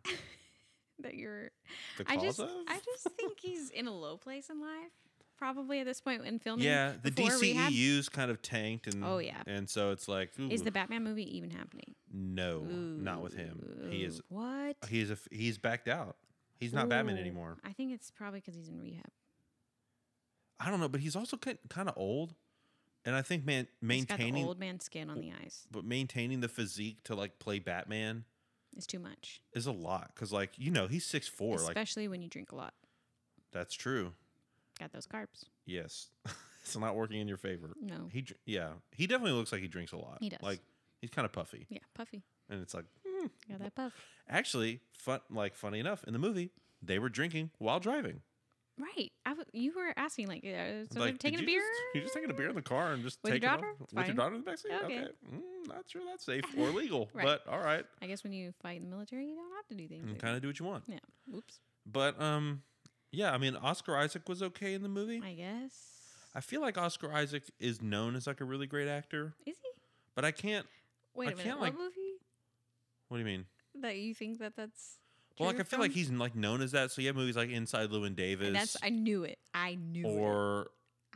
Speaker 2: That you're.
Speaker 1: the
Speaker 2: I
Speaker 1: cause
Speaker 2: just.
Speaker 1: of.
Speaker 2: I just think he's in a low place in life. Probably at this point in filming.
Speaker 1: yeah, the
Speaker 2: before rehab.
Speaker 1: DCEU's kind of tanked, and
Speaker 2: Oh, yeah.
Speaker 1: and so it's like
Speaker 2: Is
Speaker 1: ooh.
Speaker 2: the Batman movie even happening?
Speaker 1: No, not with him. He is
Speaker 2: Ooh, What?
Speaker 1: he is a, f- he's backed out. He's not Batman
Speaker 2: Ooh.
Speaker 1: anymore.
Speaker 2: I think it's probably because he's in rehab.
Speaker 1: I don't know, but he's also kind of old, and I think man
Speaker 2: He's got the
Speaker 1: maintaining
Speaker 2: old man skin on the eyes
Speaker 1: but maintaining the physique to like play Batman
Speaker 2: is too much,
Speaker 1: is a lot because like you know he's six four. Like
Speaker 2: especially when you drink a lot.
Speaker 1: that's true.
Speaker 2: Got those carbs?
Speaker 1: Yes, *laughs* it's not working in your favor.
Speaker 2: No,
Speaker 1: He dr- yeah he definitely looks like he drinks a lot.
Speaker 2: He does.
Speaker 1: Like he's kind of puffy,
Speaker 2: yeah, puffy.
Speaker 1: and it's like hmm.
Speaker 2: Got that puff.
Speaker 1: actually fun. Like funny enough, in the movie they were drinking while driving.
Speaker 2: Right. I w- you were asking like, uh, so
Speaker 1: Like,
Speaker 2: they're taking a
Speaker 1: did
Speaker 2: beer.
Speaker 1: you just- you're just taking a beer in the car and just
Speaker 2: With your
Speaker 1: taking off
Speaker 2: daughter?
Speaker 1: with your
Speaker 2: Fine.
Speaker 1: daughter in the backseat. Okay,
Speaker 2: Okay.
Speaker 1: Mm, not sure that's safe
Speaker 2: *laughs*
Speaker 1: or legal,
Speaker 2: Right.
Speaker 1: but all right,
Speaker 2: I guess when you fight in the military, you don't have to do things.
Speaker 1: you
Speaker 2: like
Speaker 1: kind of do what you want.
Speaker 2: that. yeah. Oops.
Speaker 1: But um, yeah, I mean Oscar Isaac was okay in the movie.
Speaker 2: I guess.
Speaker 1: I feel like Oscar Isaac is known as like a really great actor,
Speaker 2: Is he?
Speaker 1: but I can't.
Speaker 2: Wait
Speaker 1: I
Speaker 2: a minute.
Speaker 1: can't,
Speaker 2: what
Speaker 1: like-
Speaker 2: movie
Speaker 1: What do you mean?
Speaker 2: that you think that that's?
Speaker 1: Well, like I
Speaker 2: triggered
Speaker 1: feel like
Speaker 2: from?
Speaker 1: he's like known as that. So you have movies like Inside Llewyn Davis,
Speaker 2: And that's I knew it. I knew it.
Speaker 1: or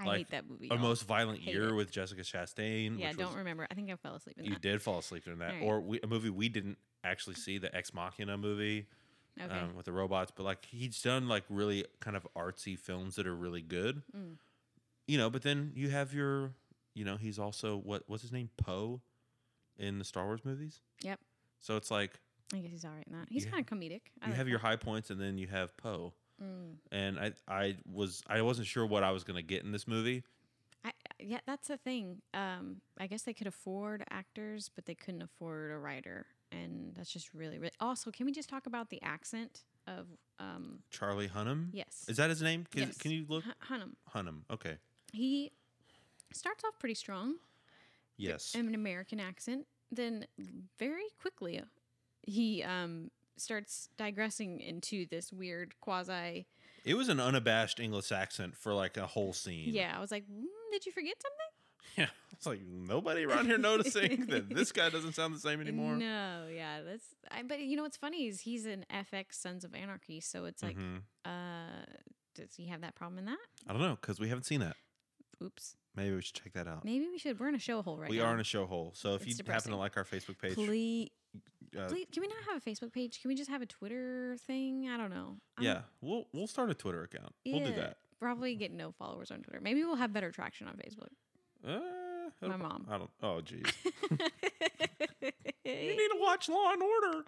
Speaker 2: I
Speaker 1: like,
Speaker 2: hate that movie.
Speaker 1: A
Speaker 2: y'all.
Speaker 1: Most Violent
Speaker 2: Hate
Speaker 1: Year
Speaker 2: it.
Speaker 1: with Jessica Chastain.
Speaker 2: yeah,
Speaker 1: which
Speaker 2: don't
Speaker 1: was-
Speaker 2: remember. I think I fell asleep in
Speaker 1: You
Speaker 2: that.
Speaker 1: did fall asleep during that,
Speaker 2: All right.
Speaker 1: or we, a movie we didn't actually see, the Ex Machina movie.
Speaker 2: Okay.
Speaker 1: um, with the robots, but like he's done like really kind of artsy films that are really good,
Speaker 2: Mm.
Speaker 1: you know. But then you have your, you know, he's also what what's his name Poe in the Star Wars movies.
Speaker 2: Yep.
Speaker 1: So it's like
Speaker 2: I guess he's all right in that. He's
Speaker 1: Yeah.
Speaker 2: kind of comedic.
Speaker 1: you
Speaker 2: I like
Speaker 1: have
Speaker 2: that.
Speaker 1: your high points and then you have Poe,
Speaker 2: Mm.
Speaker 1: and I I was I wasn't sure what I was gonna get in this movie.
Speaker 2: I, yeah, that's the thing. Um, I guess they could afford actors, but they couldn't afford a writer, and that's just really, really. Also, can we just talk about the accent of? Um,
Speaker 1: Charlie Hunnam.
Speaker 2: yes,
Speaker 1: Is that his name? Can,
Speaker 2: Yes.
Speaker 1: can you look
Speaker 2: Hun- Hunnam.
Speaker 1: Hunnam? Okay.
Speaker 2: He starts off pretty strong
Speaker 1: Yes.
Speaker 2: in an American accent, then very quickly he um, starts digressing into this weird quasi.
Speaker 1: It was an unabashed English accent for like a whole scene.
Speaker 2: Yeah, I was like, mm, did you forget something?
Speaker 1: Yeah. It's like nobody around here
Speaker 2: *laughs*
Speaker 1: noticing that this guy doesn't sound the same anymore.
Speaker 2: No, yeah, that's. I, but you know what's funny is he's an FX Sons of Anarchy, so it's like,
Speaker 1: Mhm.
Speaker 2: uh, does he have that problem in that?
Speaker 1: I don't know because we haven't seen that.
Speaker 2: Oops.
Speaker 1: Maybe we should check that out.
Speaker 2: Maybe we should. We're in a show hole right
Speaker 1: we
Speaker 2: now.
Speaker 1: are in a show hole, so if
Speaker 2: It's
Speaker 1: you happen
Speaker 2: depressing.
Speaker 1: to like our Facebook page,
Speaker 2: Please,
Speaker 1: uh,
Speaker 2: please, can we not have a Facebook page? Can we just have a Twitter thing? I don't know. I'm-
Speaker 1: yeah, we'll we'll start a Twitter account. We'll do
Speaker 2: Yeah,
Speaker 1: that.
Speaker 2: Probably get no followers on Twitter. Maybe we'll have better traction on Facebook.
Speaker 1: Uh, I
Speaker 2: My
Speaker 1: don't-
Speaker 2: *laughs* mom.
Speaker 1: I don't. Oh, jeez. you need to watch Law and
Speaker 2: *laughs*
Speaker 1: Order.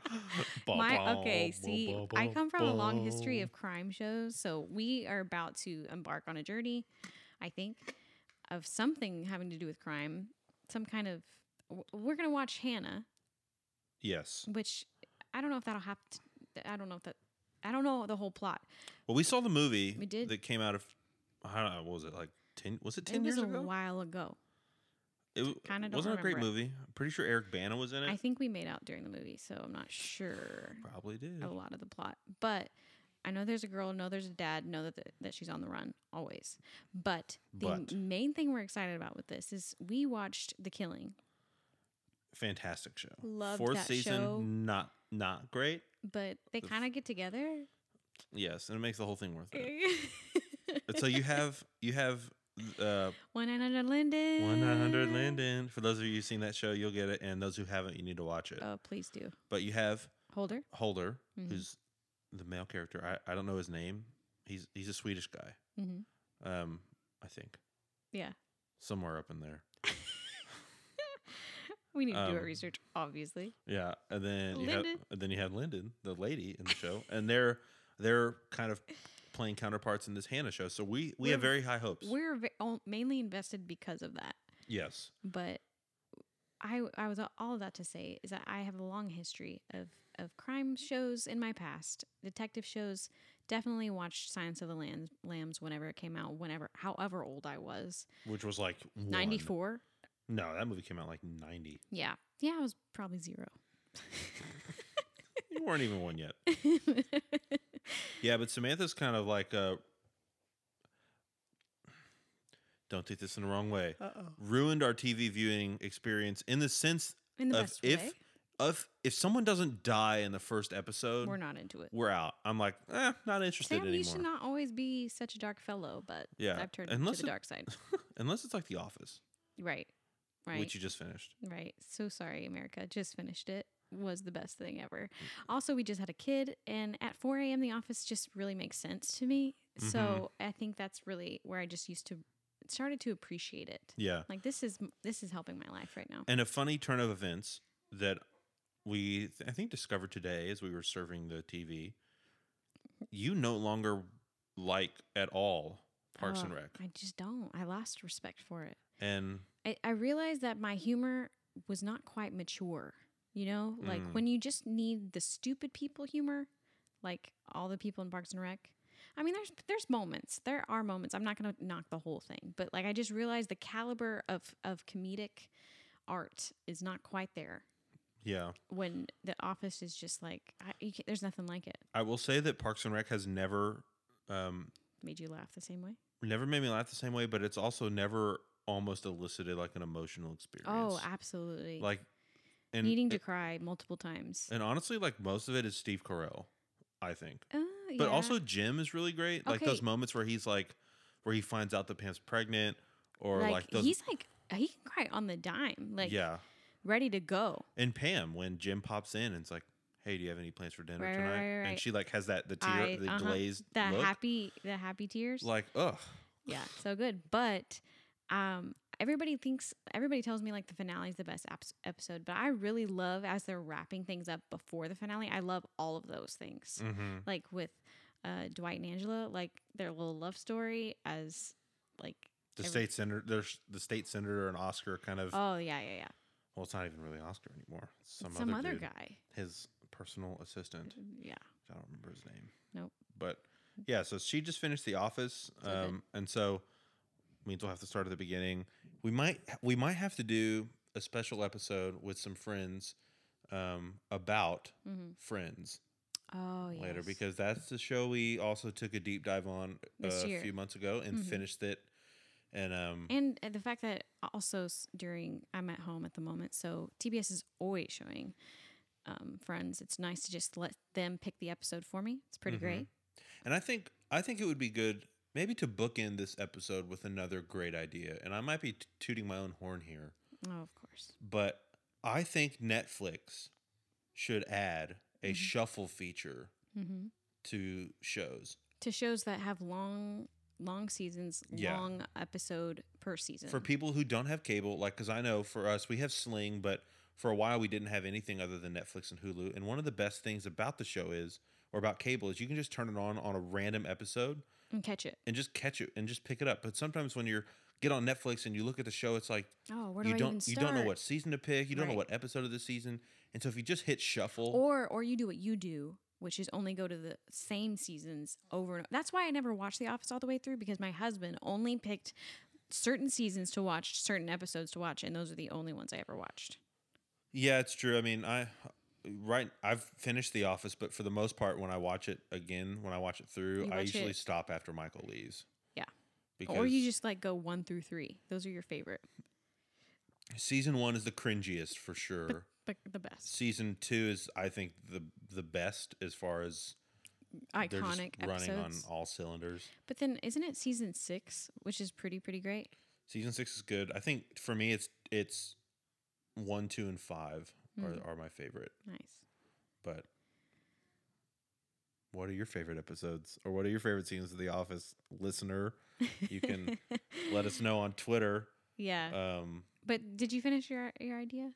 Speaker 2: My,
Speaker 1: Ba-bum,
Speaker 2: okay, see, I come from a long history of
Speaker 1: ba-bum.
Speaker 2: crime shows, so we are about to embark on a journey, I think, of something having to do with crime. Some kind of. w- We're going to watch Hannah,
Speaker 1: Yes.
Speaker 2: which I don't know if that'll happen. I don't know if that. I don't know the whole plot.
Speaker 1: Well, we saw the movie.
Speaker 2: We did.
Speaker 1: that came out of. I don't know. What was it like? Ten? Was it ten
Speaker 2: it was
Speaker 1: years
Speaker 2: a
Speaker 1: ago?
Speaker 2: while ago.
Speaker 1: It w-
Speaker 2: kinda don't
Speaker 1: wasn't a great
Speaker 2: remember it.
Speaker 1: movie. I'm pretty sure Eric Bana was in it.
Speaker 2: I think we made out during the movie, so I'm not sure.
Speaker 1: Probably did.
Speaker 2: a lot of the plot. But I know there's a girl, know there's a dad, know that that she's on the run always. But the
Speaker 1: But.
Speaker 2: main thing we're excited about with this is we watched The Killing,
Speaker 1: Fantastic show.
Speaker 2: Loved
Speaker 1: Fourth
Speaker 2: that
Speaker 1: season.
Speaker 2: show.
Speaker 1: Not not great.
Speaker 2: but they
Speaker 1: The f-
Speaker 2: kind of get together.
Speaker 1: *laughs*
Speaker 2: *laughs*
Speaker 1: Yes, and it makes the whole thing worth it. And so you have you have uh,
Speaker 2: 100 Linden.
Speaker 1: 100 Landon. For those of you who've seen that show, you'll get it, and those who haven't, you need to watch it.
Speaker 2: Oh, please do.
Speaker 1: But you have
Speaker 2: Holder.
Speaker 1: Holder,
Speaker 2: Mhm.
Speaker 1: who's the male character. I, I don't know his name. He's he's a Swedish guy.
Speaker 2: hmm
Speaker 1: Um, I think
Speaker 2: Yeah.
Speaker 1: somewhere up in there.
Speaker 2: We need to do our
Speaker 1: Um,
Speaker 2: research, obviously.
Speaker 1: Yeah, and then you have,
Speaker 2: Lyndon.
Speaker 1: and then you have Lyndon, the lady in the show, and they're they're kind of playing counterparts in this Hannah show. So we we have
Speaker 2: We're-
Speaker 1: very high hopes.
Speaker 2: We're ve- all- mainly invested because of that.
Speaker 1: Yes,
Speaker 2: but I I was all of that to say is that I have a long history of of crime shows in my past, detective shows. Definitely watched Science of the Lambs, Lambs whenever it came out, whenever however old I was,
Speaker 1: which was like one.
Speaker 2: ninety four.
Speaker 1: No, that movie came out like ninety.
Speaker 2: Yeah, yeah, I was probably
Speaker 1: *laughs*
Speaker 2: zero.
Speaker 1: You weren't even one yet. Yeah, but Samantha's kind of like uh don't take this in the wrong way.
Speaker 2: Uh-oh.
Speaker 1: Ruined our TV viewing experience in the sense
Speaker 2: In the
Speaker 1: Of
Speaker 2: best
Speaker 1: if-
Speaker 2: way,
Speaker 1: of if someone doesn't die in the first episode,
Speaker 2: we're
Speaker 1: we're,
Speaker 2: not into it.
Speaker 1: out. I'm like, eh, not interested
Speaker 2: Sam, you
Speaker 1: anymore.
Speaker 2: should not always be such a dark fellow, but
Speaker 1: Yeah,
Speaker 2: I've turned
Speaker 1: unless
Speaker 2: to the
Speaker 1: it-
Speaker 2: dark side.
Speaker 1: Unless it's like The Office,
Speaker 2: Right, right.
Speaker 1: *laughs* which you just finished.
Speaker 2: Right. So sorry, America. Just finished it. Was the best thing ever.
Speaker 1: Mm-hmm.
Speaker 2: Also, we just had a kid, and at 4 a.m., the office just really makes sense to me. So
Speaker 1: Mm-hmm.
Speaker 2: I think that's really where I just used to started to appreciate it.
Speaker 1: Yeah.
Speaker 2: Like this is this is helping my life right now.
Speaker 1: And a funny turn of events that we I think discovered today as we were serving the TV, you no longer like at all Parks and
Speaker 2: Ugh,
Speaker 1: Rec.
Speaker 2: I just don't. I lost respect for it.
Speaker 1: And
Speaker 2: I, I realized that my humor was not quite mature. You know, like
Speaker 1: Mm.
Speaker 2: when you just need the stupid people humor, like all the people in Parks and Rec. I mean, there's there's moments. There are moments. I'm not going to knock the whole thing, but like I just realized the caliber of of comedic art is not quite there
Speaker 1: yeah.
Speaker 2: when The Office is just like I, you can, there's nothing like it.
Speaker 1: I will say that Parks and Rec has never um,
Speaker 2: Made you laugh the same way.
Speaker 1: never made me laugh the same way, but it's also never almost elicited like an emotional experience.
Speaker 2: Oh, absolutely.
Speaker 1: like and
Speaker 2: Needing to cry multiple times.
Speaker 1: and honestly, like most of it is Steve Carell, I think.
Speaker 2: Oh,
Speaker 1: But
Speaker 2: yeah.
Speaker 1: also Jim is really great. Like those
Speaker 2: Okay.
Speaker 1: moments where he's like where he finds out that Pam's pregnant or like,
Speaker 2: like,
Speaker 1: those
Speaker 2: he's like he can cry on the dime, like
Speaker 1: Yeah.
Speaker 2: ready to go.
Speaker 1: And Pam when Jim pops in and it's like, Hey, do you have any plans for dinner
Speaker 2: Right, right,
Speaker 1: tonight?
Speaker 2: right,
Speaker 1: And
Speaker 2: right.
Speaker 1: she like has that the tear
Speaker 2: I-
Speaker 1: the
Speaker 2: uh-huh.
Speaker 1: glazed
Speaker 2: The
Speaker 1: look.
Speaker 2: happy, the happy tears.
Speaker 1: like, ugh.
Speaker 2: yeah, so good. But um, everybody thinks, everybody tells me like the finale is the best ap- episode, but I really love as they're wrapping things up before the finale. I love all of those things,
Speaker 1: Mm-hmm.
Speaker 2: like with uh, Dwight and Angela, like their little love story as like
Speaker 1: The
Speaker 2: Every-
Speaker 1: state senator, there's the state senator and Oscar kind of.
Speaker 2: oh yeah yeah yeah
Speaker 1: well, it's not even really Oscar anymore. It's some,
Speaker 2: some
Speaker 1: other,
Speaker 2: other
Speaker 1: dude,
Speaker 2: guy
Speaker 1: His personal assistant.
Speaker 2: yeah
Speaker 1: I don't remember his name.
Speaker 2: Nope.
Speaker 1: But yeah, so she just finished The Office,
Speaker 2: So good.
Speaker 1: um, and so means we'll have to start at the beginning. We might we might have to do a special episode with some friends um, about
Speaker 2: hmm
Speaker 1: Friends
Speaker 2: oh yeah
Speaker 1: later because that's the show we also took a deep dive on
Speaker 2: This
Speaker 1: a
Speaker 2: year.
Speaker 1: few months ago and
Speaker 2: Mhm.
Speaker 1: finished it. And um,
Speaker 2: and uh, the fact that also s- during I'm at home at the moment, so TBS is always showing um, Friends. It's nice to just let them pick the episode for me. It's pretty
Speaker 1: Mhm.
Speaker 2: great.
Speaker 1: And I think I think it would be good maybe to bookend this episode with another great idea. And I might be t- tooting my own horn here,
Speaker 2: Oh, of course.
Speaker 1: but I think Netflix should add a
Speaker 2: Mhm.
Speaker 1: shuffle feature
Speaker 2: hmm
Speaker 1: to shows
Speaker 2: To shows that have long, long seasons,
Speaker 1: Yeah.
Speaker 2: long episode per season.
Speaker 1: for people who don't have cable. Like, because I know for us we have Sling, but for a while we didn't have anything other than Netflix and Hulu. And one of the best things about the show is, or about cable, is you can just turn it on on a random episode
Speaker 2: and catch it.
Speaker 1: and just catch it and just pick it up. But sometimes when you're get on Netflix and you look at the show, it's like
Speaker 2: Oh, where do
Speaker 1: you
Speaker 2: I
Speaker 1: don't
Speaker 2: even start?
Speaker 1: you don't know what season to pick. You don't know
Speaker 2: Right.
Speaker 1: what episode of the season. And so if you just hit shuffle,
Speaker 2: Or or you do what you do, which is only go to the same seasons over and over. That's why I never watched The Office all the way through because my husband only picked certain seasons to watch, certain episodes to watch, and those are the only ones I ever watched.
Speaker 1: yeah, it's true. I mean, I right I've finished The Office, but for the most part, when I watch it again, when I watch it through,
Speaker 2: You
Speaker 1: I
Speaker 2: watch
Speaker 1: usually
Speaker 2: it-
Speaker 1: stop after Michael leaves.
Speaker 2: Yeah.
Speaker 1: because
Speaker 2: or you just like go one through three. Those are your favorite,
Speaker 1: season one is the cringiest for sure.
Speaker 2: but the best,
Speaker 1: Season two is, I think, the the best as far as they're just
Speaker 2: iconic episodes.
Speaker 1: running on all cylinders.
Speaker 2: But then, isn't it season six, which is pretty pretty great?
Speaker 1: Season six is good. I think for me, it's it's one, two, and five
Speaker 2: Mm.
Speaker 1: are, are my favorite.
Speaker 2: Nice.
Speaker 1: But what are your favorite episodes or what are your favorite scenes of The Office, listener? You
Speaker 2: *laughs*
Speaker 1: can let us know on Twitter.
Speaker 2: yeah,
Speaker 1: Um,
Speaker 2: but did you finish your your idea?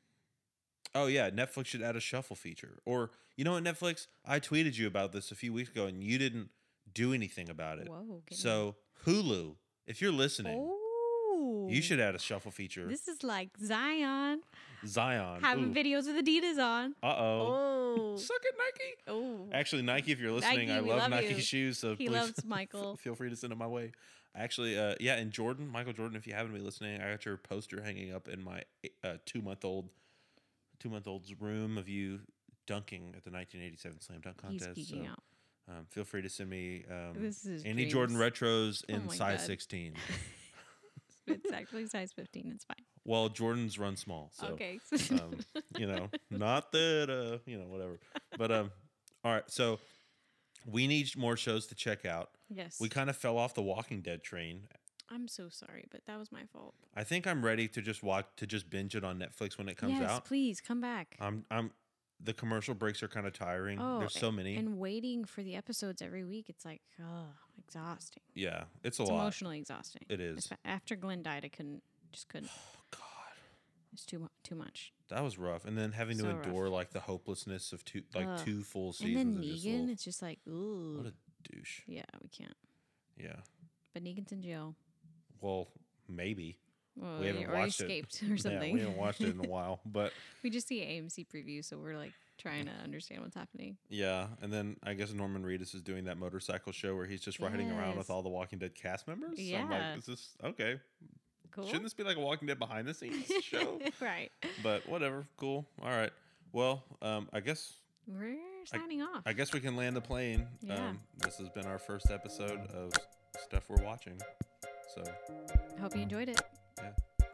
Speaker 1: oh yeah, Netflix should add a shuffle feature. Or you know what, Netflix? I tweeted you about this a few weeks ago, and you didn't do anything about it.
Speaker 2: Whoa. getting-
Speaker 1: So Hulu, if you're listening,
Speaker 2: Oh.
Speaker 1: you should add a shuffle feature.
Speaker 2: This is like Zion
Speaker 1: Zion.
Speaker 2: having videos with Adidas on.
Speaker 1: Uh oh. *laughs*
Speaker 2: Oh.
Speaker 1: Suck it, Nike.
Speaker 2: Oh.
Speaker 1: Actually, Nike, if you're listening,
Speaker 2: Nike,
Speaker 1: I
Speaker 2: we
Speaker 1: love,
Speaker 2: love
Speaker 1: Nike
Speaker 2: you.
Speaker 1: shoes. So
Speaker 2: He
Speaker 1: please *laughs*
Speaker 2: loves Michael.
Speaker 1: feel free to send them my way. Actually, uh, yeah, and Jordan, Michael Jordan, if you haven't been listening, I got your poster hanging up in my uh, two month old, two month old's room of you dunking at the 1987 slam dunk
Speaker 2: He's
Speaker 1: contest.
Speaker 2: geeking out.
Speaker 1: so, um, feel free to send me um,
Speaker 2: This is
Speaker 1: any Jordan
Speaker 2: dreams.
Speaker 1: retros
Speaker 2: Oh
Speaker 1: in
Speaker 2: my
Speaker 1: size
Speaker 2: God. *laughs*
Speaker 1: 16.
Speaker 2: It's actually size 15. It's fine.
Speaker 1: Well, Jordans run small, so
Speaker 2: okay. *laughs*
Speaker 1: um, you know, not that uh, you know, whatever. But um, all right, so we need more shows to check out.
Speaker 2: yes. *laughs*
Speaker 1: We kind of fell off the Walking Dead train.
Speaker 2: I'm so sorry, but that was my fault.
Speaker 1: I think I'm ready to just watch to just binge it on Netflix when it comes
Speaker 2: yes,
Speaker 1: out.
Speaker 2: please come back.
Speaker 1: I'm I'm the commercial breaks are kind of tiring.
Speaker 2: Oh,
Speaker 1: There's so many.
Speaker 2: and waiting for the episodes every week, it's like, oh, exhausting.
Speaker 1: yeah, it's a
Speaker 2: It's
Speaker 1: lot.
Speaker 2: emotionally exhausting.
Speaker 1: It is.
Speaker 2: Espe- After Glenn died, I couldn't, just couldn't.
Speaker 1: *sighs* Oh, God,
Speaker 2: It's too, mu- too much.
Speaker 1: that was rough. And then having to
Speaker 2: So rough.
Speaker 1: endure like the hopelessness of two like
Speaker 2: Ugh.
Speaker 1: two full
Speaker 2: And
Speaker 1: seasons.
Speaker 2: then
Speaker 1: of just little-
Speaker 2: Negan, it's just like, ooh.
Speaker 1: what a douche.
Speaker 2: yeah, we can't.
Speaker 1: Yeah.
Speaker 2: But Negan's in jail.
Speaker 1: Well, maybe.
Speaker 2: Well,
Speaker 1: We
Speaker 2: he-
Speaker 1: haven't
Speaker 2: or he
Speaker 1: watched it.
Speaker 2: escaped or
Speaker 1: Yeah,
Speaker 2: something.
Speaker 1: we haven't watched it in a while, but
Speaker 2: *laughs* We just see AMC preview, so we're like trying to understand what's happening.
Speaker 1: yeah. And then I guess Norman Reedus is doing that motorcycle show where he's just riding around with
Speaker 2: Yes.
Speaker 1: all the Walking Dead cast members. So I'm
Speaker 2: Yeah.
Speaker 1: like, is this okay?
Speaker 2: Cool.
Speaker 1: Shouldn't this be like a Walking Dead behind the
Speaker 2: *laughs*
Speaker 1: scenes show?
Speaker 2: right.
Speaker 1: but whatever, cool. All right. Well, um, I guess
Speaker 2: We're signing off.
Speaker 1: I guess we can land the plane.
Speaker 2: Yeah.
Speaker 1: Um, this has been our first episode of stuff we're watching. So
Speaker 2: Hope you enjoyed it.